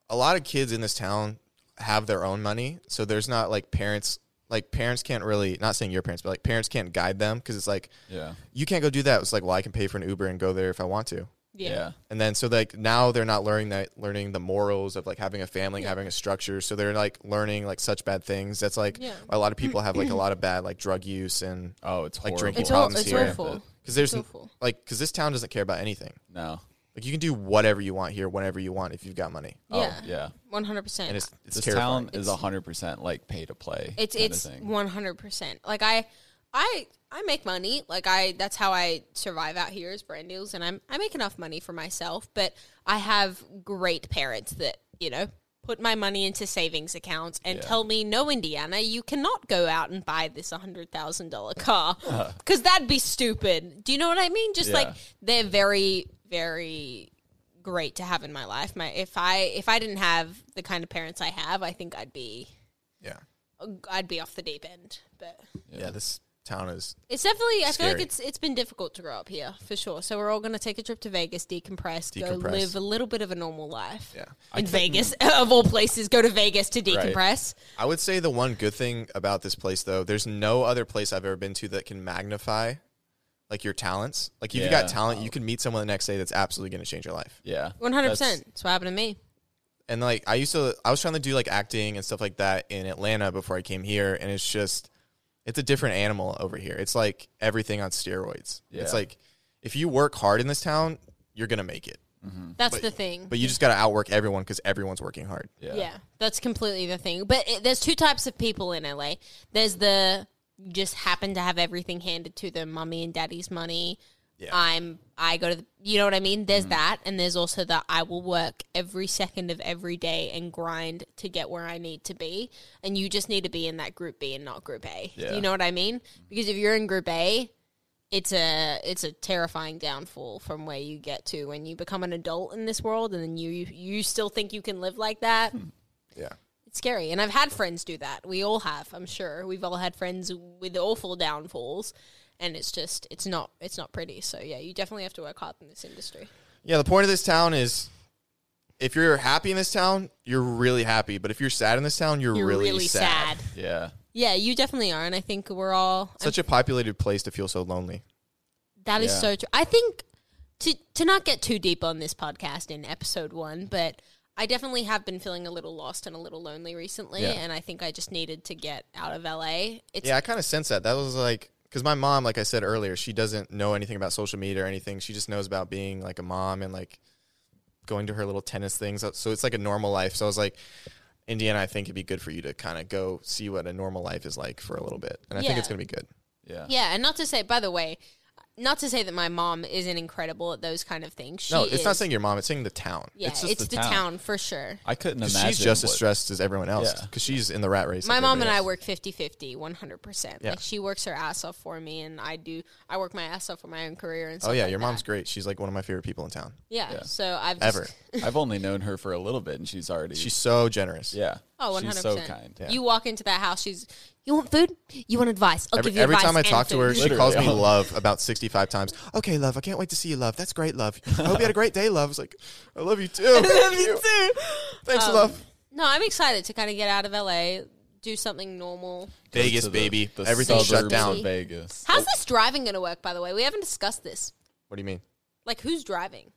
[SPEAKER 1] a lot of kids in this town have their own money, so there's not like parents like parents can't really not saying your parents, but like parents can't guide them because it's like
[SPEAKER 3] Yeah.
[SPEAKER 1] you can't go do that. It's like well, I can pay for an Uber and go there if I want to.
[SPEAKER 3] Yeah.
[SPEAKER 2] yeah.
[SPEAKER 1] And then so like now they're not learning that learning the morals of like having a family, having a structure. So they're like learning like such bad things. That's like
[SPEAKER 2] Yeah.
[SPEAKER 1] a lot of people have like a lot of bad like drug use and
[SPEAKER 3] Oh, it's
[SPEAKER 1] like
[SPEAKER 3] horrible.
[SPEAKER 1] drinking
[SPEAKER 2] It's all-
[SPEAKER 1] problems
[SPEAKER 2] it's
[SPEAKER 1] here.
[SPEAKER 2] awful.
[SPEAKER 1] Because there's n-
[SPEAKER 2] awful.
[SPEAKER 1] like because this town doesn't care about anything.
[SPEAKER 3] No.
[SPEAKER 1] Like you can do whatever you want here, whenever you want, if you've got money.
[SPEAKER 3] Oh,
[SPEAKER 2] yeah.
[SPEAKER 3] yeah.
[SPEAKER 2] One hundred percent.
[SPEAKER 1] And it's it's
[SPEAKER 3] This
[SPEAKER 1] terrifying.
[SPEAKER 3] town is hundred percent like pay to play.
[SPEAKER 2] It's
[SPEAKER 3] kinda
[SPEAKER 2] it's
[SPEAKER 3] thing.
[SPEAKER 2] one hundred percent. Like I, I, I make money. Like I, that's how I survive out here is brand deals, and I'm I make enough money for myself. But I have great parents that you know put my money into savings accounts and
[SPEAKER 3] Yeah.
[SPEAKER 2] tell me, no, Indiana, you cannot go out and buy this hundred thousand dollar car because that'd be stupid. Do you know what I mean? Just like
[SPEAKER 3] Uh-huh. Yeah.
[SPEAKER 2] they're very very great to have in my life. My if I if I didn't have the kind of parents I have, I think I'd be
[SPEAKER 1] Yeah.
[SPEAKER 2] I'd be off the deep end. But
[SPEAKER 1] yeah, This town is.
[SPEAKER 2] it's definitely I feel like
[SPEAKER 1] Scary.
[SPEAKER 2] it's it's been difficult to grow up here for sure. So we're all going to take a trip to Vegas, decompress, go
[SPEAKER 1] Decompress.
[SPEAKER 2] live a little bit of a normal life.
[SPEAKER 1] Yeah.
[SPEAKER 2] In Vegas, of all places, go to Vegas to decompress.
[SPEAKER 1] I would say the one good thing about this place, though, there's no other place I've ever been to that can magnify like your talents. Like if you
[SPEAKER 3] Yeah.
[SPEAKER 1] got talent, you can meet someone the next day that's absolutely going to change your life.
[SPEAKER 3] Yeah.
[SPEAKER 2] One hundred percent. That's what happened to me.
[SPEAKER 1] And like I used to, I was trying to do like acting and stuff like that in Atlanta before I came here, and it's just, it's a different animal over here. It's like everything on steroids.
[SPEAKER 3] Yeah.
[SPEAKER 1] It's like if you work hard in this town, you're gonna make it.
[SPEAKER 2] That's the thing.
[SPEAKER 1] But you just gotta outwork everyone because everyone's working hard.
[SPEAKER 3] Yeah.
[SPEAKER 2] yeah, that's completely the thing. But it, there's two types of people in LA. There's the just happen to have everything handed to them, mummy and daddy's money.
[SPEAKER 1] Yeah.
[SPEAKER 2] I'm I go to the, you know what I mean. There's that, and there's also that I will work every second of every day and grind to get where I need to be. And you just need to be in that group B and not group A.
[SPEAKER 3] Yeah.
[SPEAKER 2] You know what I mean? Because if you're in group A, it's a it's a terrifying downfall from where you get to when you become an adult in this world and then you you, you still think you can live like that
[SPEAKER 1] Yeah.
[SPEAKER 2] it's scary and i've had friends do that we all have i'm sure we've all had friends with awful downfalls and it's just it's not it's not pretty so yeah you definitely have to work hard in this industry
[SPEAKER 1] Yeah. The point of this town is, if you're happy in this town, you're really happy. But if you're sad in this town, you're,
[SPEAKER 2] you're
[SPEAKER 1] really,
[SPEAKER 2] really,
[SPEAKER 1] sad.
[SPEAKER 2] sad.
[SPEAKER 3] Yeah.
[SPEAKER 2] yeah you definitely are and i think we're all
[SPEAKER 1] Such a populated place to feel so lonely.
[SPEAKER 2] That is
[SPEAKER 3] Yeah.
[SPEAKER 2] so true. I think to to not get too deep on this podcast in episode one, but I definitely have been feeling a little lost and a little lonely recently,
[SPEAKER 3] Yeah.
[SPEAKER 2] and I think I just needed to get out of LA. It's
[SPEAKER 1] Yeah, I kind of sense that. That was like because my mom, like I said earlier, she doesn't know anything about social media or anything. She just knows about being like a mom and like going to her little tennis things. So it's like a normal life. So I was like, Indiana, I think it'd be good for you to kind of go see what a normal life is like for a little bit, and I think
[SPEAKER 2] Yeah.
[SPEAKER 1] it's gonna be good.
[SPEAKER 3] Yeah.
[SPEAKER 2] yeah, and not to say by the way, not to say that my mom isn't incredible at those kind of things. She
[SPEAKER 1] no, it's
[SPEAKER 2] is.
[SPEAKER 1] not saying your mom; it's saying the town.
[SPEAKER 2] yeah,
[SPEAKER 3] it's
[SPEAKER 2] it's,
[SPEAKER 3] just the
[SPEAKER 2] the,
[SPEAKER 3] town.
[SPEAKER 2] town. for sure.
[SPEAKER 3] I couldn't
[SPEAKER 1] 'Cause
[SPEAKER 3] imagine.
[SPEAKER 1] she's just as
[SPEAKER 3] what-
[SPEAKER 1] stressed as everyone else
[SPEAKER 3] Yeah.
[SPEAKER 1] because she's in the rat race.
[SPEAKER 2] My
[SPEAKER 1] like
[SPEAKER 2] mom and
[SPEAKER 1] everybody
[SPEAKER 2] I
[SPEAKER 1] else.
[SPEAKER 2] work 50-50, 100%.
[SPEAKER 1] Yeah.
[SPEAKER 2] Like she works her ass off for me and I do I work my ass off for my own career and
[SPEAKER 1] Oh
[SPEAKER 2] stuff
[SPEAKER 1] yeah,
[SPEAKER 2] like
[SPEAKER 1] your
[SPEAKER 2] that.
[SPEAKER 1] mom's great. She's like one of my favorite people in town.
[SPEAKER 2] Yeah,
[SPEAKER 3] Yeah.
[SPEAKER 2] so I've just,
[SPEAKER 1] Ever,
[SPEAKER 3] I've only known her for a little bit, and she's already.
[SPEAKER 1] she's so generous.
[SPEAKER 3] yeah.
[SPEAKER 2] Oh, 100%.
[SPEAKER 3] She's so kind.
[SPEAKER 1] Yeah.
[SPEAKER 2] You walk into that house, she's, you want food? You want advice? I'll
[SPEAKER 1] Every,
[SPEAKER 2] give you
[SPEAKER 1] every
[SPEAKER 2] advice.
[SPEAKER 1] time I
[SPEAKER 2] and
[SPEAKER 1] talk to her,
[SPEAKER 2] food."
[SPEAKER 1] she
[SPEAKER 3] Literally.
[SPEAKER 1] calls me love about 65 times. Okay, love, I can't wait to see you, love. That's great, love. I hope you had a great day, love. It's like, I love you too. Thank you. Thanks,
[SPEAKER 2] Um,
[SPEAKER 1] love.
[SPEAKER 2] No, I'm excited to kind of get out of LA, do something normal.
[SPEAKER 1] Vegas,
[SPEAKER 3] To the-
[SPEAKER 1] baby.
[SPEAKER 3] the
[SPEAKER 1] Everything's shut
[SPEAKER 3] suburbs
[SPEAKER 1] down.
[SPEAKER 3] of Vegas.
[SPEAKER 2] How's this driving going to work, by the way? We haven't discussed this.
[SPEAKER 1] What do you mean?
[SPEAKER 2] Like, who's driving?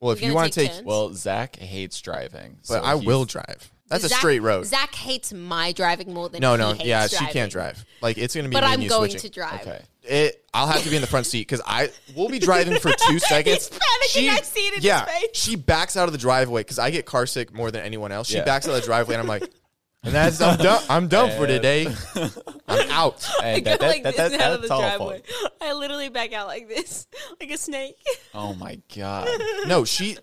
[SPEAKER 1] Well, if
[SPEAKER 2] You're
[SPEAKER 1] you
[SPEAKER 2] gonna
[SPEAKER 1] want to
[SPEAKER 2] take
[SPEAKER 1] take,
[SPEAKER 2] turns?
[SPEAKER 3] Well, Zach hates driving,
[SPEAKER 1] but
[SPEAKER 3] so
[SPEAKER 1] I
[SPEAKER 3] he's-
[SPEAKER 1] will drive. That's a
[SPEAKER 2] Zach-
[SPEAKER 1] straight road.
[SPEAKER 2] Zach hates my driving more than
[SPEAKER 1] No,
[SPEAKER 2] he
[SPEAKER 1] no,
[SPEAKER 2] hates
[SPEAKER 1] yeah, she
[SPEAKER 2] driving.
[SPEAKER 1] can't drive. Like it's gonna be.
[SPEAKER 2] But
[SPEAKER 1] me
[SPEAKER 2] I'm
[SPEAKER 1] and you
[SPEAKER 2] going
[SPEAKER 1] switching.
[SPEAKER 2] to drive.
[SPEAKER 3] Okay.
[SPEAKER 1] It. I'll have to be in the front seat because I will be driving for two seconds.
[SPEAKER 2] He's panicking. I see it in his
[SPEAKER 1] yeah,
[SPEAKER 2] face.
[SPEAKER 1] She backs out of the driveway because I get car sick more than anyone else. She
[SPEAKER 3] Yeah.
[SPEAKER 1] backs out of the driveway, and I'm like, and that's I'm done. I'm done for today. I'm out.
[SPEAKER 2] I
[SPEAKER 3] Hey,
[SPEAKER 2] go
[SPEAKER 3] that- that-
[SPEAKER 2] like
[SPEAKER 3] that-
[SPEAKER 2] this
[SPEAKER 3] that-
[SPEAKER 2] out of the
[SPEAKER 3] that's awful.
[SPEAKER 2] driveway. I literally back out like this, like a snake.
[SPEAKER 3] Oh my god.
[SPEAKER 1] No, she.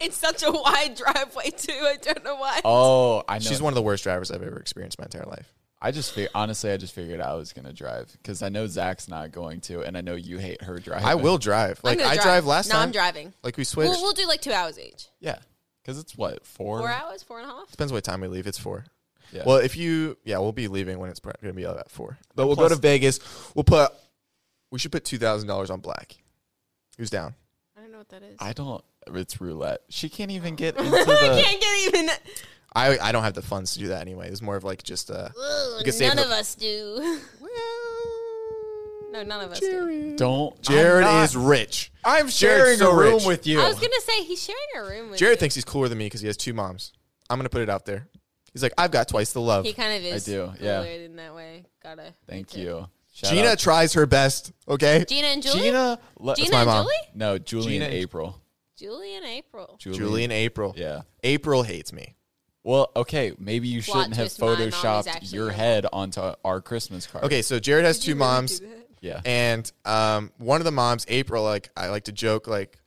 [SPEAKER 2] it's such a wide driveway too. I don't know why.
[SPEAKER 3] Oh, I know.
[SPEAKER 1] She's one of the worst drivers I've ever experienced in my entire life.
[SPEAKER 3] I just fig- honestly, I just figured I was gonna drive because I know Zach's not going to, and I know you hate her driving.
[SPEAKER 1] I will drive.
[SPEAKER 2] I'm
[SPEAKER 1] Like
[SPEAKER 2] gonna
[SPEAKER 1] I drive, last
[SPEAKER 2] no,
[SPEAKER 1] time.
[SPEAKER 2] I'm driving.
[SPEAKER 1] Like we switched.
[SPEAKER 2] We'll, we'll do like two hours each.
[SPEAKER 3] Yeah, because it's what four.
[SPEAKER 1] Uh-huh.
[SPEAKER 2] Four hours, four and a half.
[SPEAKER 1] Depends what time we leave. It's four.
[SPEAKER 3] Yeah.
[SPEAKER 1] Well, if you, yeah, we'll be leaving when it's pr- gonna be up at four. But we'll
[SPEAKER 3] plus-
[SPEAKER 1] go to Vegas. We'll put. We should put two thousand dollars on black. Who's down?
[SPEAKER 2] I don't know what that is.
[SPEAKER 3] I don't. It's roulette. She can't even get into the.
[SPEAKER 2] can't get even.
[SPEAKER 1] I I don't have the funds to do that anyway. It's more of like just uh, a.
[SPEAKER 2] Ooh,
[SPEAKER 1] We could save
[SPEAKER 2] none
[SPEAKER 1] her-
[SPEAKER 2] of us do. No, none of us do.
[SPEAKER 3] don't.
[SPEAKER 1] Jared
[SPEAKER 3] I'm not-
[SPEAKER 1] is rich.
[SPEAKER 3] I'm
[SPEAKER 1] Jared's
[SPEAKER 3] sharing
[SPEAKER 1] so
[SPEAKER 3] a room
[SPEAKER 1] rich.
[SPEAKER 3] with you.
[SPEAKER 2] I was gonna say he's sharing a room with
[SPEAKER 1] Jared
[SPEAKER 2] you.
[SPEAKER 1] thinks he's cooler than me because he has two moms. I'm gonna put it out there. He's like, I've got twice the love.
[SPEAKER 2] He kind of is.
[SPEAKER 3] do, yeah.
[SPEAKER 2] colored in that way. Gotta.
[SPEAKER 3] Thank you, Shout
[SPEAKER 1] Gina
[SPEAKER 3] out-
[SPEAKER 1] tries her best. Okay.
[SPEAKER 2] Gina and Julie.
[SPEAKER 3] Gina. Le-
[SPEAKER 2] Gina
[SPEAKER 1] my
[SPEAKER 2] and
[SPEAKER 1] mom.
[SPEAKER 2] Julie.
[SPEAKER 3] No, Julie
[SPEAKER 1] Gina-
[SPEAKER 3] and April.
[SPEAKER 2] Julie and April.
[SPEAKER 3] Julie.
[SPEAKER 1] Julie and April.
[SPEAKER 3] Yeah.
[SPEAKER 1] April hates me.
[SPEAKER 3] Well, okay. Maybe you
[SPEAKER 2] Plot
[SPEAKER 3] shouldn't have
[SPEAKER 2] twist, my mom is
[SPEAKER 3] photoshopped
[SPEAKER 2] actually
[SPEAKER 3] your
[SPEAKER 2] my mom.
[SPEAKER 3] head onto our Christmas card.
[SPEAKER 1] Okay, so Jared has two moms,
[SPEAKER 3] Yeah.
[SPEAKER 1] and um, one of the moms, April. Like I like to joke, like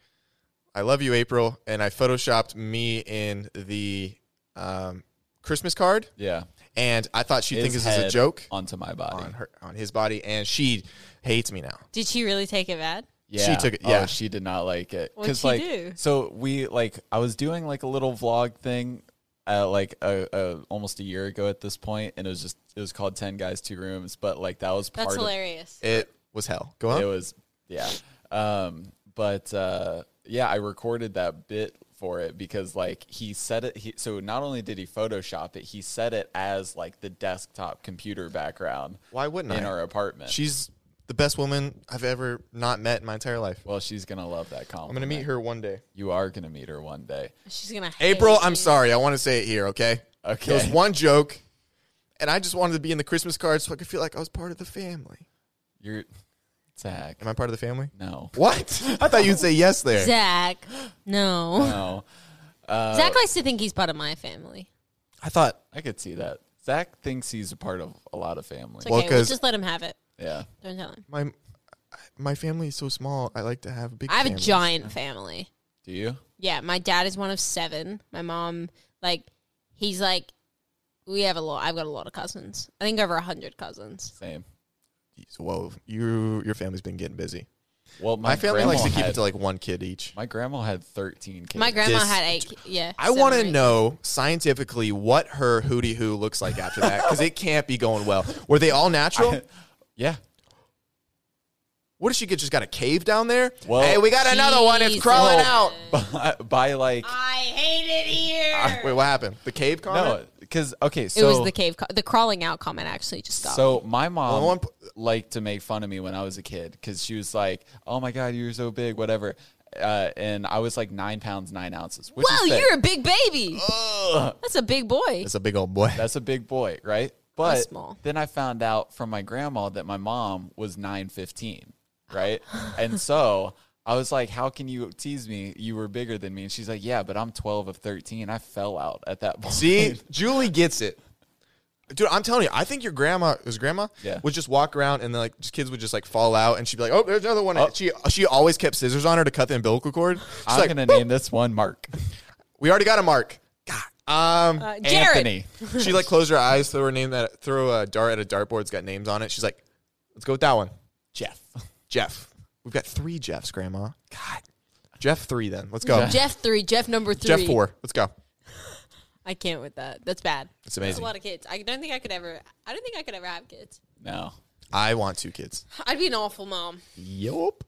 [SPEAKER 1] I love you, April, and I photoshopped me in the um, Christmas card,
[SPEAKER 3] yeah.
[SPEAKER 1] and I thought she'd think
[SPEAKER 3] His
[SPEAKER 1] this is a
[SPEAKER 3] head
[SPEAKER 1] joke
[SPEAKER 3] onto my body.
[SPEAKER 1] on her on his body, and she hates me now.
[SPEAKER 2] Did she really take it bad?
[SPEAKER 3] Yeah.
[SPEAKER 1] took it-
[SPEAKER 3] Oh,
[SPEAKER 1] yeah.
[SPEAKER 3] she did not like it.
[SPEAKER 2] What'd
[SPEAKER 3] 'Cause,
[SPEAKER 2] she
[SPEAKER 3] like,
[SPEAKER 2] do?
[SPEAKER 3] So we like I was doing like a little vlog thing, uh, like a, a almost a year ago at this point, and it was just it was called Ten Guys Two Rooms, but like that was part
[SPEAKER 2] That's
[SPEAKER 3] of
[SPEAKER 2] hilarious.
[SPEAKER 1] It was hell. Go on.
[SPEAKER 3] it was yeah. Um, but uh, yeah, I recorded that bit for it because like he said it. He, so not only did he Photoshop it, he set it as like the desktop computer background
[SPEAKER 1] Why wouldn't
[SPEAKER 3] in
[SPEAKER 1] I?
[SPEAKER 3] our apartment.
[SPEAKER 1] She's the best woman I've ever not met in my entire life.
[SPEAKER 3] Well, she's gonna love that compliment.
[SPEAKER 1] I'm gonna meet her one day.
[SPEAKER 3] You are gonna meet her one day.
[SPEAKER 2] She's gonna. Hate
[SPEAKER 1] April,
[SPEAKER 2] you.
[SPEAKER 1] I'm sorry. I want to say it here, okay?
[SPEAKER 3] Okay.
[SPEAKER 1] It was one joke, and I just wanted to be in the Christmas card so I could feel like I was part of the family.
[SPEAKER 3] You're Zach.
[SPEAKER 1] Am I part of the family?
[SPEAKER 3] No.
[SPEAKER 1] What? I thought you'd say yes there.
[SPEAKER 2] Zach. No.
[SPEAKER 3] No. Uh,
[SPEAKER 2] Zach likes to think he's part of my family.
[SPEAKER 1] I thought
[SPEAKER 3] I could see that. Zach thinks he's a part of a lot of family.
[SPEAKER 2] It's okay.
[SPEAKER 1] Well,
[SPEAKER 2] we'll
[SPEAKER 1] 'cause-
[SPEAKER 2] just let him have it.
[SPEAKER 3] Yeah.
[SPEAKER 2] Don't tell him.
[SPEAKER 1] my my family is so small. I like to have big.
[SPEAKER 2] I have a
[SPEAKER 1] families.
[SPEAKER 2] giant family.
[SPEAKER 3] Do you?
[SPEAKER 2] Yeah, my dad is one of seven. My mom, like, he's like, we have a lot. I've got a lot of cousins. I think over a hundred cousins.
[SPEAKER 3] Same.
[SPEAKER 1] Whoa, you your family's been getting busy.
[SPEAKER 3] Well, my,
[SPEAKER 1] My, family
[SPEAKER 3] grandma
[SPEAKER 1] likes to keep
[SPEAKER 3] had-
[SPEAKER 1] it to like one kid each.
[SPEAKER 3] My grandma had 13 kids.
[SPEAKER 2] My grandma
[SPEAKER 1] Dis-
[SPEAKER 2] had eight. ki- Yeah,
[SPEAKER 1] I
[SPEAKER 2] seven
[SPEAKER 1] want
[SPEAKER 2] or
[SPEAKER 1] to
[SPEAKER 2] eight.
[SPEAKER 1] know scientifically what her hootie hoo looks like after that because it can't be going well. Were they all natural?
[SPEAKER 3] yeah.
[SPEAKER 1] what did she get? Just got a cave down there?
[SPEAKER 3] Well- Oh.
[SPEAKER 1] hey, we got another one. It's crawling
[SPEAKER 2] Jesus.
[SPEAKER 1] out.
[SPEAKER 3] By, by like
[SPEAKER 2] I hate it here.
[SPEAKER 1] Wait, what happened? The cave comment?
[SPEAKER 3] no, because okay,
[SPEAKER 2] it
[SPEAKER 3] so
[SPEAKER 2] was the cave, co- the crawling out comment. Actually, just got
[SPEAKER 3] So my mom
[SPEAKER 1] Well, one p-
[SPEAKER 3] liked to make fun of me when I was a kid because she was like, "Oh my god, you're so big, whatever," uh, and I was like nine pounds nine ounces. Which
[SPEAKER 2] Wow,
[SPEAKER 3] is thick.
[SPEAKER 2] you're a big baby. That's a big boy.
[SPEAKER 1] That's a big old boy.
[SPEAKER 3] that's a big boy, right?
[SPEAKER 2] was
[SPEAKER 3] But
[SPEAKER 2] small.
[SPEAKER 3] then I found out from my grandma that my mom was nine fifteen, right? and so I was like, "How can you tease me? You were bigger than me." And she's like, "Yeah, but I'm twelve of thirteen. I fell out at that point."
[SPEAKER 1] See, Julie gets it. Dude, I'm telling you, I think your grandma, his grandma,
[SPEAKER 3] Yeah.
[SPEAKER 1] would just walk around and like just kids would just like fall out, and she'd be like, "Oh, there's another one." She she always kept scissors on her to cut the umbilical cord. She's
[SPEAKER 3] I'm
[SPEAKER 1] like,
[SPEAKER 3] gonna name this one Mark
[SPEAKER 1] "We already got a mark." God. Um,
[SPEAKER 2] Uh, Jared.
[SPEAKER 3] Anthony.
[SPEAKER 1] she like closed her eyes, threw her name that threw a dart at a dartboard. It's got names on it. She's like, "Let's go with that one,
[SPEAKER 3] Jeff.
[SPEAKER 1] Jeff." We've got three Jeffs, Grandma. God, Jeff three. Then let's go.
[SPEAKER 2] Jeff three. Jeff number three.
[SPEAKER 1] Jeff four. Let's go.
[SPEAKER 2] I can't with that. That's bad.
[SPEAKER 1] It's
[SPEAKER 2] That's a
[SPEAKER 1] amazing.
[SPEAKER 2] lot of kids. I don't think I could ever. I don't think I could ever have kids.
[SPEAKER 3] No.
[SPEAKER 1] I want two kids.
[SPEAKER 2] I'd be an awful mom.
[SPEAKER 1] Yup.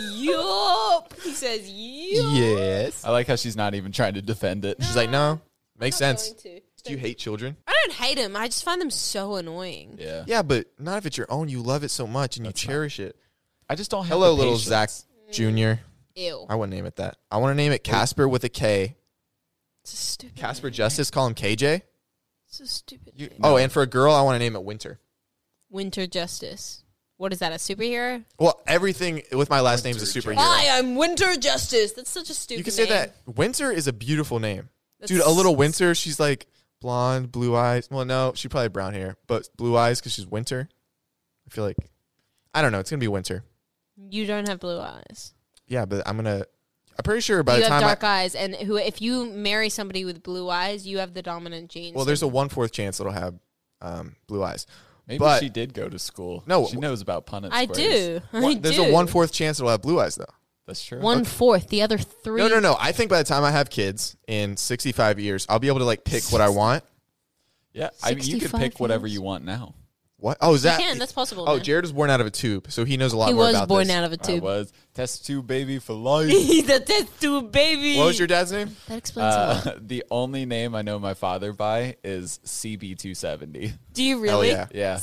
[SPEAKER 2] yup. He says yup.
[SPEAKER 1] Yes.
[SPEAKER 3] I like how she's not even trying to defend it.
[SPEAKER 1] She's like, no, makes
[SPEAKER 2] I'm not
[SPEAKER 1] sense.
[SPEAKER 2] going to.
[SPEAKER 1] Do you hate children?
[SPEAKER 2] I don't hate him. I just find them so annoying.
[SPEAKER 3] Yeah.
[SPEAKER 1] Yeah, but not if it's your own. You love it so much and you cherish it.
[SPEAKER 3] I just don't have
[SPEAKER 1] Hello,
[SPEAKER 3] the
[SPEAKER 1] little
[SPEAKER 3] patience.
[SPEAKER 1] Zach Junior.
[SPEAKER 2] Ew.
[SPEAKER 1] I wouldn't name it that. I want to name it Casper with a K.
[SPEAKER 2] It's a stupid.
[SPEAKER 1] Casper Justice. Call him KJ.
[SPEAKER 2] It's a stupid.
[SPEAKER 3] You-
[SPEAKER 2] name.
[SPEAKER 1] Oh, and for a girl, I want to name it Winter.
[SPEAKER 2] Winter Justice. What is that? A superhero?
[SPEAKER 1] Well, everything with my last name is a
[SPEAKER 3] Winter
[SPEAKER 1] superhero.
[SPEAKER 2] I am Winter Justice. That's such a stupid.
[SPEAKER 1] You can say
[SPEAKER 2] name.
[SPEAKER 1] that. Winter is a beautiful name,
[SPEAKER 2] That's
[SPEAKER 1] dude. A little Winter. She's like blonde, blue eyes. Well, no, she probably had brown hair, but blue eyes because she's Winter. I feel like I don't know. It's gonna be Winter.
[SPEAKER 2] You don't have blue eyes.
[SPEAKER 1] Yeah, but I'm gonna. I'm pretty sure by
[SPEAKER 2] you
[SPEAKER 1] the
[SPEAKER 2] have
[SPEAKER 1] time I,
[SPEAKER 2] dark eyes, and who? If you marry somebody with blue eyes, you have the dominant gene.
[SPEAKER 1] Well, there's a one fourth chance it'll have um, blue eyes.
[SPEAKER 3] Maybe
[SPEAKER 1] But-
[SPEAKER 3] she did go to school.
[SPEAKER 1] No,
[SPEAKER 3] she knows about Punnett.
[SPEAKER 2] I do. I
[SPEAKER 1] One- there's
[SPEAKER 2] do.
[SPEAKER 1] a one fourth chance it'll have blue eyes though.
[SPEAKER 3] That's true.
[SPEAKER 2] One fourth. The other three.
[SPEAKER 1] No, no, no. I think by the time I have kids in 65 years, I'll be able to like pick what I want.
[SPEAKER 3] yeah, I mean, you could
[SPEAKER 2] 65
[SPEAKER 3] pick whatever
[SPEAKER 2] years.
[SPEAKER 3] you want now.
[SPEAKER 1] What? Oh, is
[SPEAKER 2] You
[SPEAKER 1] that?
[SPEAKER 2] can. That's possible.
[SPEAKER 1] oh,
[SPEAKER 2] man.
[SPEAKER 1] Jared was born out of a tube, so he knows a lot
[SPEAKER 2] He
[SPEAKER 1] more
[SPEAKER 2] was
[SPEAKER 1] about
[SPEAKER 2] born
[SPEAKER 1] this.
[SPEAKER 2] out of a
[SPEAKER 3] I
[SPEAKER 2] tube.
[SPEAKER 3] was test tube baby for life.
[SPEAKER 2] He's a test tube baby.
[SPEAKER 1] What was your dad's name?
[SPEAKER 2] That explains a lot.
[SPEAKER 3] Uh, the only name I know my father by is CB270.
[SPEAKER 2] Do you
[SPEAKER 1] Hell
[SPEAKER 2] really?
[SPEAKER 1] yeah.
[SPEAKER 3] Yeah,
[SPEAKER 1] He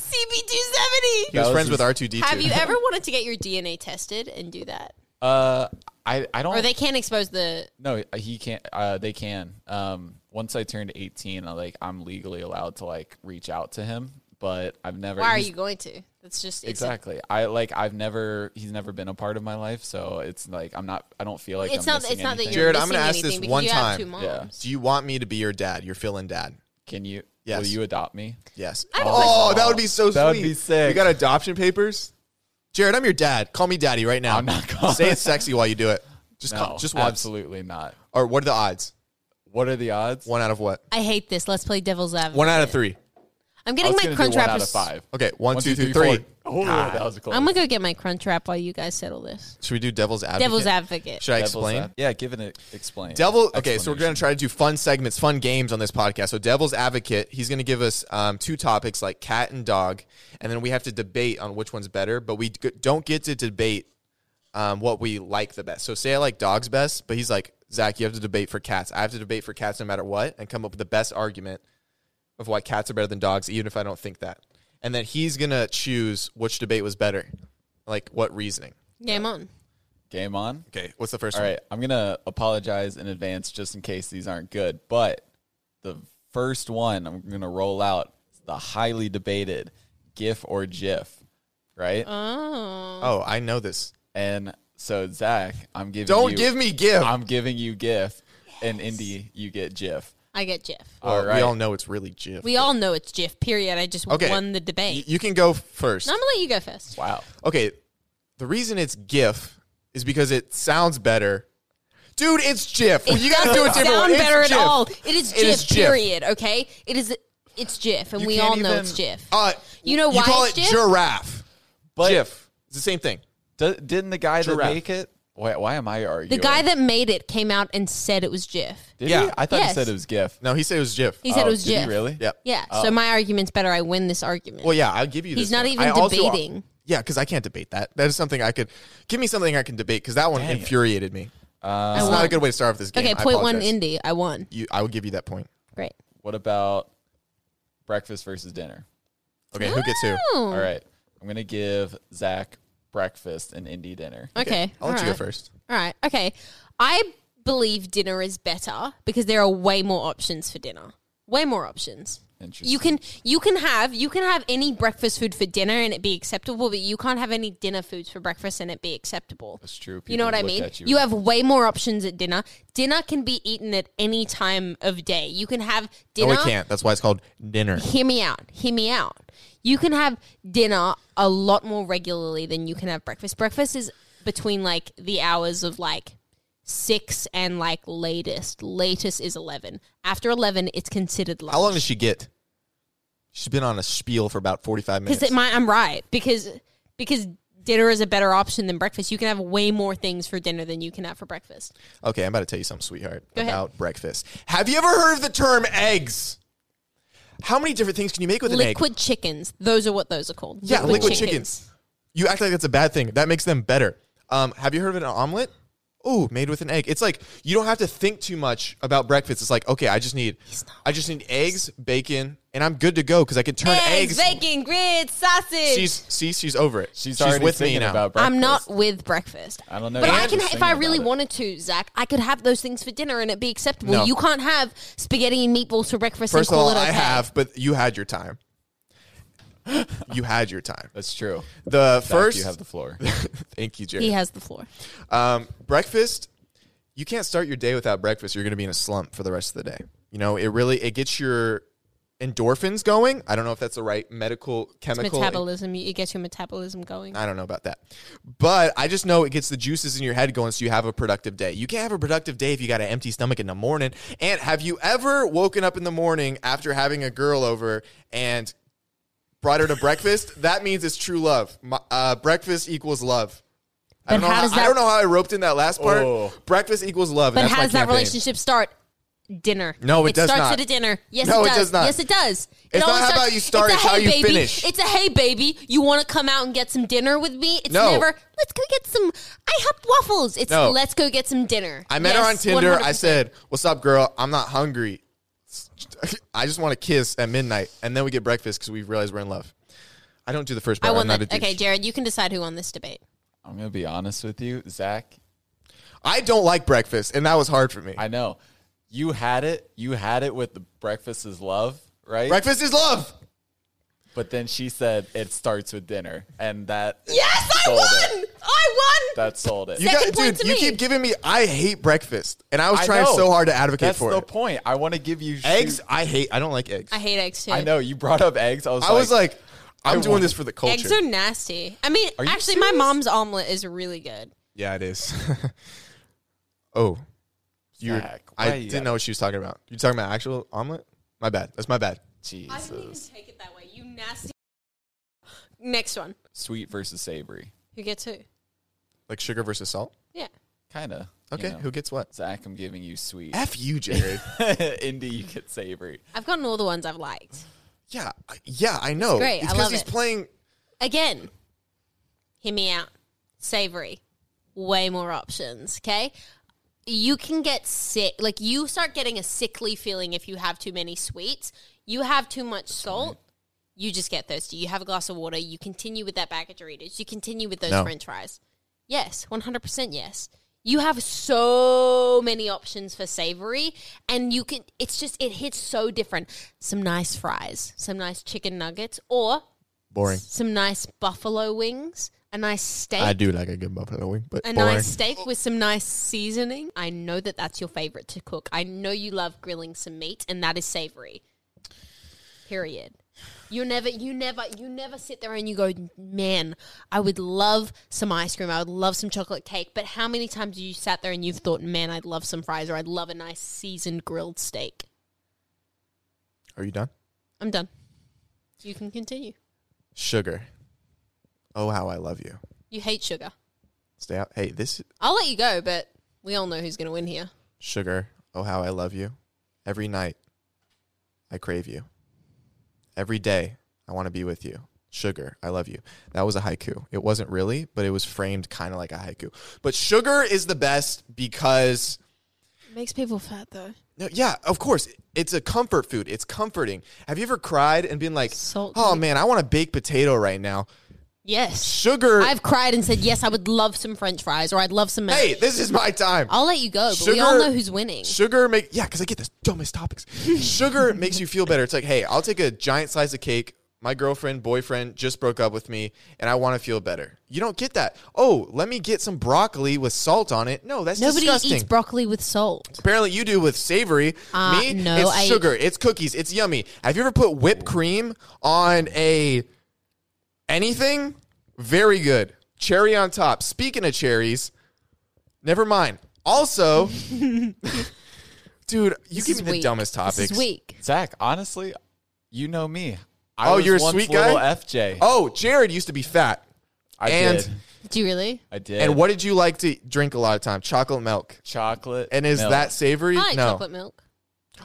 [SPEAKER 1] was
[SPEAKER 2] CB270.
[SPEAKER 3] was
[SPEAKER 1] friends
[SPEAKER 3] his-
[SPEAKER 1] with R2D2.
[SPEAKER 2] Have you ever wanted to get your DNA tested and do that?
[SPEAKER 3] uh, I I don't.
[SPEAKER 2] Or they can't expose the.
[SPEAKER 3] no, he can't. Uh, they can. Um, once I turned eighteen, I like I'm legally allowed to like reach out to him, but I've never.
[SPEAKER 2] Why are
[SPEAKER 3] he's-
[SPEAKER 2] you going to? That's just it's a-
[SPEAKER 3] Exactly. I like. I've never. He's never been a part of my life, so it's like I'm not. I don't feel like
[SPEAKER 2] It's
[SPEAKER 3] I'm
[SPEAKER 2] not. It's
[SPEAKER 3] missing
[SPEAKER 2] not that
[SPEAKER 3] anything.
[SPEAKER 2] you're.
[SPEAKER 1] Jared, I'm
[SPEAKER 2] missing
[SPEAKER 1] gonna ask this
[SPEAKER 2] anything because
[SPEAKER 1] one
[SPEAKER 2] you
[SPEAKER 1] time.
[SPEAKER 2] Have two moms.
[SPEAKER 3] Yeah.
[SPEAKER 1] Do you want me to be your dad? You're feeling dad.
[SPEAKER 3] Can you?
[SPEAKER 1] Yes.
[SPEAKER 3] Will you adopt me?
[SPEAKER 1] Yes.
[SPEAKER 2] I don't
[SPEAKER 1] Oh, that would be so sweet.
[SPEAKER 3] That would be sick.
[SPEAKER 1] You got adoption papers? Jared, I'm your dad. Call me daddy right now.
[SPEAKER 3] I'm not calling-
[SPEAKER 1] Say it sexy while you do it. Just call, just once.
[SPEAKER 3] absolutely not.
[SPEAKER 1] Or what are the odds?
[SPEAKER 3] What are the odds?
[SPEAKER 1] One out of what?
[SPEAKER 2] I hate this. Let's play devil's advocate.
[SPEAKER 1] One out of three.
[SPEAKER 2] I'm
[SPEAKER 3] I
[SPEAKER 2] getting
[SPEAKER 3] was
[SPEAKER 2] my
[SPEAKER 3] gonna
[SPEAKER 2] crunch
[SPEAKER 3] do one
[SPEAKER 2] wrap.
[SPEAKER 3] out of five.
[SPEAKER 1] Okay, one,
[SPEAKER 3] One,
[SPEAKER 1] two, three, three.
[SPEAKER 3] four. Oh, that was close.
[SPEAKER 2] I'm gonna go get my crunch wrap while you guys settle this.
[SPEAKER 1] Should we do devil's advocate?
[SPEAKER 2] Devil's advocate.
[SPEAKER 1] Should I
[SPEAKER 3] Devil's
[SPEAKER 1] explain?
[SPEAKER 3] ad- Yeah, give it an e, explain.
[SPEAKER 1] Devil. Okay, so we're
[SPEAKER 3] Explanation.
[SPEAKER 1] going to try to do fun segments, fun games on this podcast. So, Devil's Advocate, he's going to give us um, two topics like cat and dog, and then we have to debate on which one's better. But we d- don't get to debate um, what we like the best. So, say I like dogs best, but he's like Zach, you have to debate for cats. I have to debate for cats no matter what, and come up with the best argument of why cats are better than dogs, even if I don't think that. And then he's going to choose which debate was better. Like what reasoning?
[SPEAKER 2] Game on.
[SPEAKER 3] Game on.
[SPEAKER 1] Okay, what's the first
[SPEAKER 3] All
[SPEAKER 1] one?
[SPEAKER 3] right, I'm gonna apologize in advance just in case these aren't good. But the first one I'm gonna roll out is the highly debated GIF or GIF, right?
[SPEAKER 2] Oh.
[SPEAKER 1] Oh, I know this.
[SPEAKER 3] and so Zach, I'm giving
[SPEAKER 1] Don't
[SPEAKER 3] you,
[SPEAKER 1] give me give.
[SPEAKER 3] I'm giving you GIF, and Indy, you get GIF.
[SPEAKER 2] I get Jeff.
[SPEAKER 1] Well,
[SPEAKER 3] all right.
[SPEAKER 1] Uh, We all know it's really Jif.
[SPEAKER 2] We all know it's Jeff, period. I just
[SPEAKER 1] Okay.
[SPEAKER 2] won the
[SPEAKER 1] Y-
[SPEAKER 2] debate.
[SPEAKER 1] you can go first.
[SPEAKER 2] No, I'm going to let you go first.
[SPEAKER 3] Wow.
[SPEAKER 1] Okay, the reason it's GIF is because it sounds better. Dude, it's GIF. you gotta do it
[SPEAKER 2] doesn't
[SPEAKER 1] different.
[SPEAKER 2] sound
[SPEAKER 1] one. It's
[SPEAKER 2] better
[SPEAKER 1] GIF.
[SPEAKER 2] at all. It is
[SPEAKER 1] It is
[SPEAKER 2] Jeff,
[SPEAKER 1] Jif.
[SPEAKER 2] period, okay? It is it's Jeff, and
[SPEAKER 3] You
[SPEAKER 2] we
[SPEAKER 3] can't
[SPEAKER 2] all know
[SPEAKER 3] even-
[SPEAKER 2] it's Jeff.
[SPEAKER 1] Uh,
[SPEAKER 2] You know why
[SPEAKER 1] You call
[SPEAKER 2] it's
[SPEAKER 1] it
[SPEAKER 2] GIF?
[SPEAKER 1] giraffe.
[SPEAKER 3] But
[SPEAKER 1] GIF. It's the same thing.
[SPEAKER 3] do- didn't the guy
[SPEAKER 1] Giraffe.
[SPEAKER 3] that make it? Why, why am I
[SPEAKER 2] the
[SPEAKER 3] arguing?
[SPEAKER 2] guy that made it came out and said it was Jeff.
[SPEAKER 3] did
[SPEAKER 1] Yeah.
[SPEAKER 3] he? I thought
[SPEAKER 2] Yes.
[SPEAKER 3] he said it was GIF.
[SPEAKER 1] No, he said it was GIF.
[SPEAKER 2] He said
[SPEAKER 3] Oh,
[SPEAKER 2] it was
[SPEAKER 3] did he
[SPEAKER 2] Jeff.
[SPEAKER 3] really?
[SPEAKER 1] yeah.
[SPEAKER 2] Yeah. So my argument's better. I win this argument.
[SPEAKER 1] Well, yeah, I'll give you.
[SPEAKER 2] He's
[SPEAKER 1] this
[SPEAKER 2] not
[SPEAKER 1] one.
[SPEAKER 2] even
[SPEAKER 1] I also-
[SPEAKER 2] debating.
[SPEAKER 1] yeah, because I can't debate that. That is something I could. Give me something I can debate because that one
[SPEAKER 3] Dang it. Uh,
[SPEAKER 1] infuriated me.
[SPEAKER 2] I
[SPEAKER 1] It's
[SPEAKER 2] won.
[SPEAKER 1] not a good way to start off this game.
[SPEAKER 2] okay,
[SPEAKER 1] I
[SPEAKER 2] point one
[SPEAKER 1] apologize.
[SPEAKER 2] Indy. I won.
[SPEAKER 1] You, I will give you that point.
[SPEAKER 2] Great.
[SPEAKER 3] What about breakfast versus dinner?
[SPEAKER 1] Okay, who gets who?
[SPEAKER 2] Oh.
[SPEAKER 3] All right. I'm going to give Zach breakfast and indie dinner.
[SPEAKER 2] Okay.
[SPEAKER 1] I'll let you go
[SPEAKER 2] alright.
[SPEAKER 1] first.
[SPEAKER 2] All right. Okay. I believe dinner is better because there are way more options for dinner. Way more options.
[SPEAKER 3] Interesting.
[SPEAKER 2] You can you can have you can have any breakfast food for dinner and it be acceptable, but you can't have any dinner foods for breakfast and it be acceptable.
[SPEAKER 3] That's true.
[SPEAKER 2] You know
[SPEAKER 3] People
[SPEAKER 2] what I
[SPEAKER 3] look
[SPEAKER 2] mean?
[SPEAKER 3] at
[SPEAKER 2] You have way more options at dinner. Dinner can be eaten at any time of day. You can
[SPEAKER 3] Oh,
[SPEAKER 2] have
[SPEAKER 1] No,
[SPEAKER 2] dinner
[SPEAKER 1] we can't. That's why it's called dinner.
[SPEAKER 2] hear me out. Hear me out. You can have dinner a lot more regularly than you can have breakfast. Breakfast is between like the hours of like six and like latest. Latest is eleven. After eleven, it's considered lunch.
[SPEAKER 1] How long does she get? She's been on a spiel for about forty-five minutes.
[SPEAKER 2] Because it might. I'm right. Because because dinner is a better option than breakfast. You can have way more things for dinner than you can have for breakfast.
[SPEAKER 1] Okay, I'm about to tell you something, sweetheart,
[SPEAKER 2] Go ahead.
[SPEAKER 1] about breakfast. Have you ever heard of the term eggs? How many different things can you make with an egg?
[SPEAKER 2] Liquid chickens. Those are what those are called.
[SPEAKER 1] Yeah, liquid chickens. You act like that's a bad thing. That makes them better. Um, have you heard of an omelet? Ooh, made with an egg. It's like you don't have to think too much about breakfast. It's like okay, I just need, I just need eggs, bacon, and I'm good to go because I can turn eggs.
[SPEAKER 2] Eggs, bacon, grits, sausage.
[SPEAKER 1] she's see, she's over it.
[SPEAKER 3] She's, already
[SPEAKER 1] with me
[SPEAKER 3] thinking
[SPEAKER 1] now.
[SPEAKER 3] about breakfast.
[SPEAKER 2] I'm not with breakfast.
[SPEAKER 3] I don't know.
[SPEAKER 2] But
[SPEAKER 3] You're
[SPEAKER 2] I
[SPEAKER 3] just
[SPEAKER 2] can,
[SPEAKER 3] thinking
[SPEAKER 2] if I really
[SPEAKER 3] about it.
[SPEAKER 2] wanted to, Zach, I could have those things for dinner and it'd be acceptable.
[SPEAKER 1] No.
[SPEAKER 2] You can't have spaghetti and meatballs for breakfast
[SPEAKER 1] First
[SPEAKER 2] and
[SPEAKER 1] of all,
[SPEAKER 2] call it okay.
[SPEAKER 1] I have, but you had your time. You had your time.
[SPEAKER 3] That's true.
[SPEAKER 1] The
[SPEAKER 3] Zach,
[SPEAKER 1] first,
[SPEAKER 3] you have the floor.
[SPEAKER 1] thank you, Jerry.
[SPEAKER 2] He has the floor.
[SPEAKER 1] Um, breakfast, you can't start your day without breakfast. You're going to be in a slump for the rest of the day. You know, it really it gets your endorphins going. I don't know if that's the right medical chemical.
[SPEAKER 2] Metabolism, you, it gets your metabolism going.
[SPEAKER 1] I don't know about that. But I just know it gets the juices in your head going so you have a productive day. You can't have a productive day if you got an empty stomach in the morning. And have you ever woken up in the morning after having a girl over and brought her to breakfast? That means it's true love. My, uh, breakfast equals love. I
[SPEAKER 2] But
[SPEAKER 1] don't, know
[SPEAKER 2] how does
[SPEAKER 1] I
[SPEAKER 2] that-
[SPEAKER 1] don't know how I roped in that last part.
[SPEAKER 3] Oh.
[SPEAKER 1] Breakfast equals love. and
[SPEAKER 2] but
[SPEAKER 1] that's
[SPEAKER 2] how
[SPEAKER 1] my
[SPEAKER 2] does that
[SPEAKER 1] campaign.
[SPEAKER 2] relationship start? Dinner.
[SPEAKER 1] No, it does
[SPEAKER 2] starts
[SPEAKER 1] not.
[SPEAKER 2] at a dinner. Yes,
[SPEAKER 1] No,
[SPEAKER 2] it
[SPEAKER 1] it
[SPEAKER 2] does.
[SPEAKER 1] does not.
[SPEAKER 2] Yes, it does. It
[SPEAKER 1] It's not
[SPEAKER 2] always
[SPEAKER 1] how
[SPEAKER 2] starts-
[SPEAKER 1] about you start,
[SPEAKER 2] a,
[SPEAKER 1] it's how
[SPEAKER 2] hey,
[SPEAKER 1] you
[SPEAKER 2] baby.
[SPEAKER 1] finish.
[SPEAKER 2] It's a hey, baby. You want to come out and get some dinner with me? It's
[SPEAKER 1] No.
[SPEAKER 2] never. Let's go get some IHOP waffles. It's
[SPEAKER 1] No.
[SPEAKER 2] let's go get some dinner.
[SPEAKER 1] I met her on
[SPEAKER 2] Yes,
[SPEAKER 1] Tinder. I
[SPEAKER 2] 100%.
[SPEAKER 1] said, "What's up, girl? I'm not hungry. I just want to kiss at midnight, and then we get breakfast because we realize we're in love." I don't do the first part.
[SPEAKER 2] I
[SPEAKER 1] I am
[SPEAKER 2] won
[SPEAKER 1] not
[SPEAKER 2] that.
[SPEAKER 1] a douche.
[SPEAKER 2] Okay, Jared, you can decide who won this debate.
[SPEAKER 3] I'm going to be honest with you, Zach.
[SPEAKER 1] I don't like breakfast, and that was hard for me.
[SPEAKER 3] I know. You had it. You had it with the breakfast is love, right?
[SPEAKER 1] breakfast is love.
[SPEAKER 3] but then she said it starts with dinner, and that
[SPEAKER 2] Yes, I
[SPEAKER 3] Sold
[SPEAKER 2] won! I won!
[SPEAKER 3] that sold it.
[SPEAKER 1] You
[SPEAKER 2] Second
[SPEAKER 1] got,
[SPEAKER 2] point
[SPEAKER 1] dude,
[SPEAKER 2] to
[SPEAKER 1] you
[SPEAKER 2] me.
[SPEAKER 1] keep giving me. I hate breakfast, and I was
[SPEAKER 3] I
[SPEAKER 1] trying
[SPEAKER 3] know.
[SPEAKER 1] so hard to advocate
[SPEAKER 3] That's
[SPEAKER 1] for
[SPEAKER 3] the
[SPEAKER 1] it.
[SPEAKER 3] point. I want to give you shoot-
[SPEAKER 1] Eggs, I hate. I don't like eggs.
[SPEAKER 2] I hate eggs too.
[SPEAKER 3] I know you brought up eggs. I was.
[SPEAKER 1] I was like, I'm
[SPEAKER 3] I
[SPEAKER 1] doing
[SPEAKER 3] want-
[SPEAKER 1] this for the culture.
[SPEAKER 2] Eggs are nasty. I mean,
[SPEAKER 3] you
[SPEAKER 2] actually, my
[SPEAKER 3] serious?
[SPEAKER 2] mom's omelet is really good.
[SPEAKER 1] yeah, it is. oh, you. were-
[SPEAKER 3] Zach, why
[SPEAKER 1] I
[SPEAKER 3] you
[SPEAKER 1] didn't
[SPEAKER 3] gotta-
[SPEAKER 1] know what she was talking about. You talking about actual omelet? My bad. That's my bad.
[SPEAKER 3] Jesus.
[SPEAKER 2] take it that way. You nasty. Next one.
[SPEAKER 3] Sweet versus savory,
[SPEAKER 2] Who gets who?
[SPEAKER 1] Like sugar versus salt.
[SPEAKER 2] Yeah.
[SPEAKER 3] kind of.
[SPEAKER 1] Okay, who gets what?
[SPEAKER 3] Zach, I'm giving you sweet.
[SPEAKER 1] F you, Jared.
[SPEAKER 3] Indy, you get savory.
[SPEAKER 2] I've gotten all the ones I've liked.
[SPEAKER 1] yeah, I- yeah, I know.
[SPEAKER 2] great, I
[SPEAKER 1] It's because
[SPEAKER 2] love
[SPEAKER 1] he's
[SPEAKER 2] it.
[SPEAKER 1] playing.
[SPEAKER 2] Again, hear me out. Savory. Way more options, okay? You can get sick. Like, you start getting a sickly feeling if you have too many sweets. You have too much salt. You just get thirsty. You have a glass of water. You continue with that bag of Doritos. You continue with those
[SPEAKER 1] No.
[SPEAKER 2] French fries. Yes, one hundred percent. Yes, you have so many options for savory, and you can. It's just it hits so different. Some nice fries, some nice chicken nuggets, or
[SPEAKER 1] Boring.
[SPEAKER 2] some nice buffalo wings, a nice steak.
[SPEAKER 1] I do like a good buffalo wing, but
[SPEAKER 2] A
[SPEAKER 1] boring.
[SPEAKER 2] nice steak with some nice seasoning. I know that that's your favorite to cook. I know you love grilling some meat, and that is savory. Period. You never, you never, you never sit there and you go, man, I would love some ice cream. I would love some chocolate cake. But how many times have you sat there and you've thought, man, I'd love some fries or I'd love a nice seasoned grilled steak?
[SPEAKER 1] Are you done?
[SPEAKER 2] I'm done. You can continue.
[SPEAKER 1] Sugar. Oh, how I love you.
[SPEAKER 2] You hate sugar.
[SPEAKER 1] Stay out. Hey, this
[SPEAKER 2] I'll let you go, but we all know who's going to win here.
[SPEAKER 1] sugar. Oh, how I love you. Every night, I crave you. Every day, I want to be with you. Sugar, I love you. That was a haiku. It wasn't really, but it was framed kind of like a haiku. But sugar is the best because
[SPEAKER 2] makes people fat though.
[SPEAKER 1] No, yeah, of course. It's a comfort food. It's comforting. Have you ever cried and been like,
[SPEAKER 2] Salt.
[SPEAKER 1] "Oh man, I want a baked potato right now."
[SPEAKER 2] Yes.
[SPEAKER 1] Sugar.
[SPEAKER 2] I've cried and said, yes, I would love some french fries or I'd love some. mac."
[SPEAKER 1] hey, this is my time.
[SPEAKER 2] I'll let you go, but we
[SPEAKER 1] Sugar-
[SPEAKER 2] all know who's winning.
[SPEAKER 1] Sugar make yeah, because I get the dumbest topics. Sugar makes you feel better. It's like, hey, I'll take a giant slice of cake. My girlfriend, boyfriend just broke up with me, and I want to feel better. You don't get that. Oh, let me get some broccoli with salt on it. No, that's
[SPEAKER 2] Nobody
[SPEAKER 1] disgusting.
[SPEAKER 2] eats broccoli with salt.
[SPEAKER 1] Apparently, you do with savory.
[SPEAKER 2] Uh,
[SPEAKER 1] Me,
[SPEAKER 2] no,
[SPEAKER 1] it's
[SPEAKER 2] I-
[SPEAKER 1] sugar. It's cookies. It's yummy. Have you ever put whipped cream on a anything? Very good. Cherry on top. Speaking of cherries, never mind. Also, dude, you give
[SPEAKER 2] is
[SPEAKER 1] me the
[SPEAKER 2] weak.
[SPEAKER 1] dumbest topics.
[SPEAKER 2] This is weak.
[SPEAKER 3] Zach, honestly, you know me. I
[SPEAKER 1] Oh,
[SPEAKER 3] was
[SPEAKER 1] you're a
[SPEAKER 3] once
[SPEAKER 1] sweet guy?
[SPEAKER 3] little FJ.
[SPEAKER 1] Oh, Jared used to be fat.
[SPEAKER 3] I
[SPEAKER 1] and-
[SPEAKER 3] did.
[SPEAKER 2] Do you really?
[SPEAKER 3] I did.
[SPEAKER 1] And what did you like to drink a lot of time? Chocolate milk.
[SPEAKER 3] chocolate?
[SPEAKER 1] And is
[SPEAKER 3] milk.
[SPEAKER 1] that savory?
[SPEAKER 2] I like
[SPEAKER 1] no.
[SPEAKER 2] chocolate milk.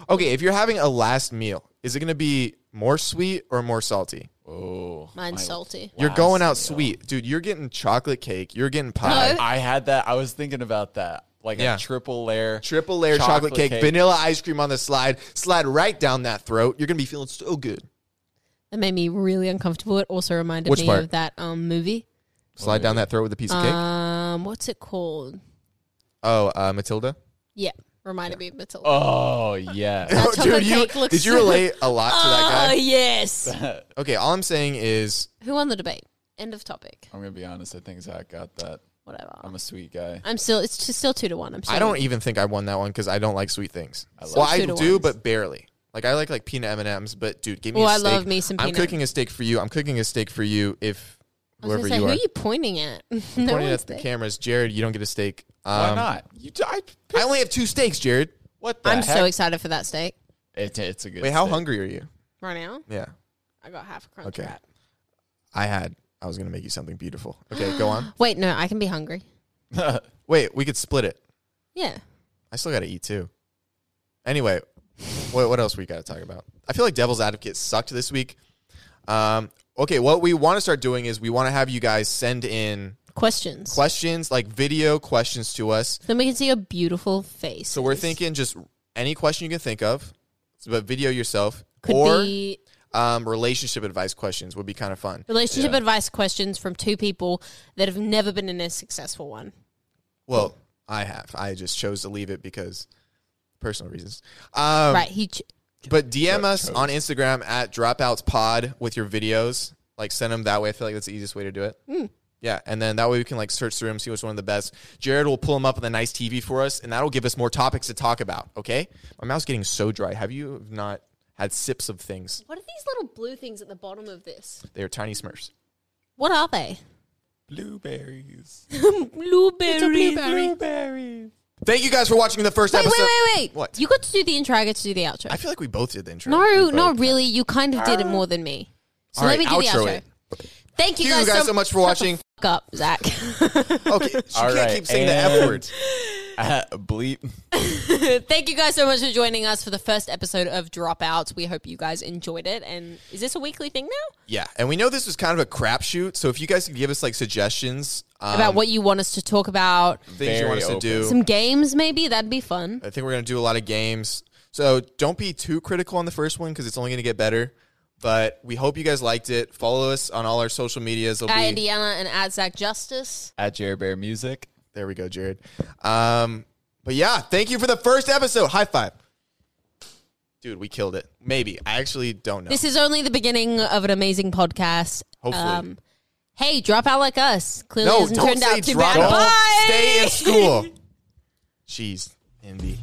[SPEAKER 1] Okay, if you're having a last meal, is it going to be more sweet or more salty?
[SPEAKER 3] Oh,
[SPEAKER 2] Mine's
[SPEAKER 3] my-
[SPEAKER 2] salty.
[SPEAKER 1] You're
[SPEAKER 3] Last
[SPEAKER 1] going out
[SPEAKER 3] meal.
[SPEAKER 1] sweet, dude. You're getting chocolate cake. You're getting pie.
[SPEAKER 2] No.
[SPEAKER 3] I had that. I was thinking about that, like
[SPEAKER 1] Yeah.
[SPEAKER 3] a triple layer,
[SPEAKER 1] Triple layer chocolate, cake, vanilla ice cream on the slide. Slide right down that throat. You're gonna be feeling so good.
[SPEAKER 2] Oh, That made me really uncomfortable. It also reminded
[SPEAKER 1] Which
[SPEAKER 2] me
[SPEAKER 1] part?
[SPEAKER 2] of that um, movie.
[SPEAKER 1] Slide down that throat with a piece of cake.
[SPEAKER 2] Um, what's it called?
[SPEAKER 1] Oh, uh, Matilda.
[SPEAKER 2] Yeah, reminded me of Matilda.
[SPEAKER 3] Oh yeah,
[SPEAKER 2] That chocolate
[SPEAKER 1] you
[SPEAKER 2] cake looks
[SPEAKER 1] did you relate a lot Oh, to
[SPEAKER 2] Ah,
[SPEAKER 1] that
[SPEAKER 2] yes.
[SPEAKER 1] guy? Okay, all I'm saying is
[SPEAKER 2] Who won the debate? End of topic.
[SPEAKER 3] I'm gonna be honest. I think Zach got that.
[SPEAKER 2] Whatever.
[SPEAKER 3] I'm a sweet guy.
[SPEAKER 2] I'm still. It's just still two to one. I'm. Still
[SPEAKER 1] I don't even think I won that one because I don't like sweet things.
[SPEAKER 3] love
[SPEAKER 1] well, I
[SPEAKER 2] Pseudo
[SPEAKER 1] do,
[SPEAKER 2] ones.
[SPEAKER 1] but barely. Like I like like peanut M and M's, but dude, give me.
[SPEAKER 2] Oh,
[SPEAKER 1] a
[SPEAKER 2] I
[SPEAKER 1] steak.
[SPEAKER 2] love me some
[SPEAKER 1] I'm
[SPEAKER 2] peanut.
[SPEAKER 1] cooking a steak for you. I'm cooking a steak for you. If
[SPEAKER 2] I was
[SPEAKER 1] whoever
[SPEAKER 2] gonna say,
[SPEAKER 1] you
[SPEAKER 2] who
[SPEAKER 1] are,
[SPEAKER 2] are you pointing at? no
[SPEAKER 1] pointing
[SPEAKER 2] one's
[SPEAKER 1] at the
[SPEAKER 2] there.
[SPEAKER 1] cameras, Jared, you don't get a steak.
[SPEAKER 3] Why
[SPEAKER 1] Um,
[SPEAKER 3] not? You, d- I,
[SPEAKER 1] I only have two steaks, Jared.
[SPEAKER 3] what the
[SPEAKER 2] I'm
[SPEAKER 3] heck?
[SPEAKER 2] so excited for that steak
[SPEAKER 3] It- it's a good.
[SPEAKER 1] Wait, how
[SPEAKER 3] steak.
[SPEAKER 1] hungry are you?
[SPEAKER 2] right now.
[SPEAKER 1] Yeah.
[SPEAKER 2] I got half a crunch
[SPEAKER 1] Okay.
[SPEAKER 2] wrap.
[SPEAKER 1] I had. I was gonna make you something beautiful. Okay, go on.
[SPEAKER 2] Wait, no, I can be hungry.
[SPEAKER 1] Wait, we could split it.
[SPEAKER 2] Yeah.
[SPEAKER 1] I still gotta eat too. Anyway, what, what else we gotta talk about? I feel like Devil's Advocate sucked this week. Um, okay, what we want to start doing is we want to have you guys send in
[SPEAKER 2] Questions.
[SPEAKER 1] questions, like video questions to us.
[SPEAKER 2] then we can see a beautiful face.
[SPEAKER 1] So we're thinking just any question you can think of, but video yourself
[SPEAKER 2] could
[SPEAKER 1] or
[SPEAKER 2] be
[SPEAKER 1] um, relationship advice questions would be kind of fun.
[SPEAKER 2] relationship advice questions from two people that have never been in a successful one.
[SPEAKER 1] Well, I have. I just chose to leave it because personal reasons. Um,
[SPEAKER 2] right. He ch-
[SPEAKER 1] But DM us on Instagram at Dropouts Pod with your videos. Like send them that way. I feel like that's the easiest way to do it.
[SPEAKER 2] Hmm.
[SPEAKER 1] Yeah, and then that way we can like search through them, see which one of the best. Jared will pull them up on the nice TV for us, and that'll give us more topics to talk about. Okay, my mouth's getting so dry. Have you not had sips of things?
[SPEAKER 2] What are these little blue things at the bottom of this?
[SPEAKER 1] They are tiny Smurfs.
[SPEAKER 2] What are they?
[SPEAKER 3] Blueberries.
[SPEAKER 2] Blueberries. Wait,
[SPEAKER 3] Blueberries.
[SPEAKER 1] Thank you guys for watching the first
[SPEAKER 2] wait,
[SPEAKER 1] episode.
[SPEAKER 2] wait, wait.
[SPEAKER 1] What?
[SPEAKER 2] You got to do the intro. I got to do the outro.
[SPEAKER 1] I feel like we both did the intro.
[SPEAKER 2] no,
[SPEAKER 1] We both.
[SPEAKER 2] not really. You kind of did it more than me. So
[SPEAKER 1] All
[SPEAKER 2] let
[SPEAKER 1] right,
[SPEAKER 2] me do
[SPEAKER 1] outro
[SPEAKER 2] the outro.
[SPEAKER 1] it.
[SPEAKER 2] Thank you,
[SPEAKER 1] Thank you guys so much for watching.
[SPEAKER 2] Fuck up, Zach.
[SPEAKER 1] Okay, she can't
[SPEAKER 3] right,
[SPEAKER 1] keep saying the F
[SPEAKER 3] and-
[SPEAKER 1] word.
[SPEAKER 3] Uh, bleep.
[SPEAKER 2] Thank you guys so much for joining us for the first episode of Dropouts. We hope you guys enjoyed it. And is this a weekly thing now?
[SPEAKER 1] Yeah, and we know this was kind of a crapshoot, so if you guys could give us like suggestions um,
[SPEAKER 2] About what you want us to talk about?
[SPEAKER 1] things you want us
[SPEAKER 3] Very
[SPEAKER 1] to do,
[SPEAKER 2] Some games, maybe? That'd be
[SPEAKER 1] Uh,
[SPEAKER 2] fun.
[SPEAKER 1] I think we're gonna do a lot of games. So don't be too critical on the first one because it's only gonna get better. But we hope you guys liked it. Follow us on all our social medias. There'll
[SPEAKER 2] At
[SPEAKER 1] be-
[SPEAKER 2] Uh, Indiana and at Zach Justice.
[SPEAKER 3] At Jerry Bear Music.
[SPEAKER 1] There we go, Jared. Um, but yeah, thank you for the first episode. High five. Dude, we killed it. Maybe. I actually don't know.
[SPEAKER 2] This is only the beginning of an amazing podcast.
[SPEAKER 1] Hopefully.
[SPEAKER 2] hey, drop out like us. Clearly
[SPEAKER 1] no,
[SPEAKER 2] um, hasn't
[SPEAKER 1] don't
[SPEAKER 2] turned
[SPEAKER 1] say
[SPEAKER 2] out too
[SPEAKER 1] drop
[SPEAKER 2] bad.
[SPEAKER 1] out.
[SPEAKER 2] Bye.
[SPEAKER 1] Stay in school. Jeez, Indy.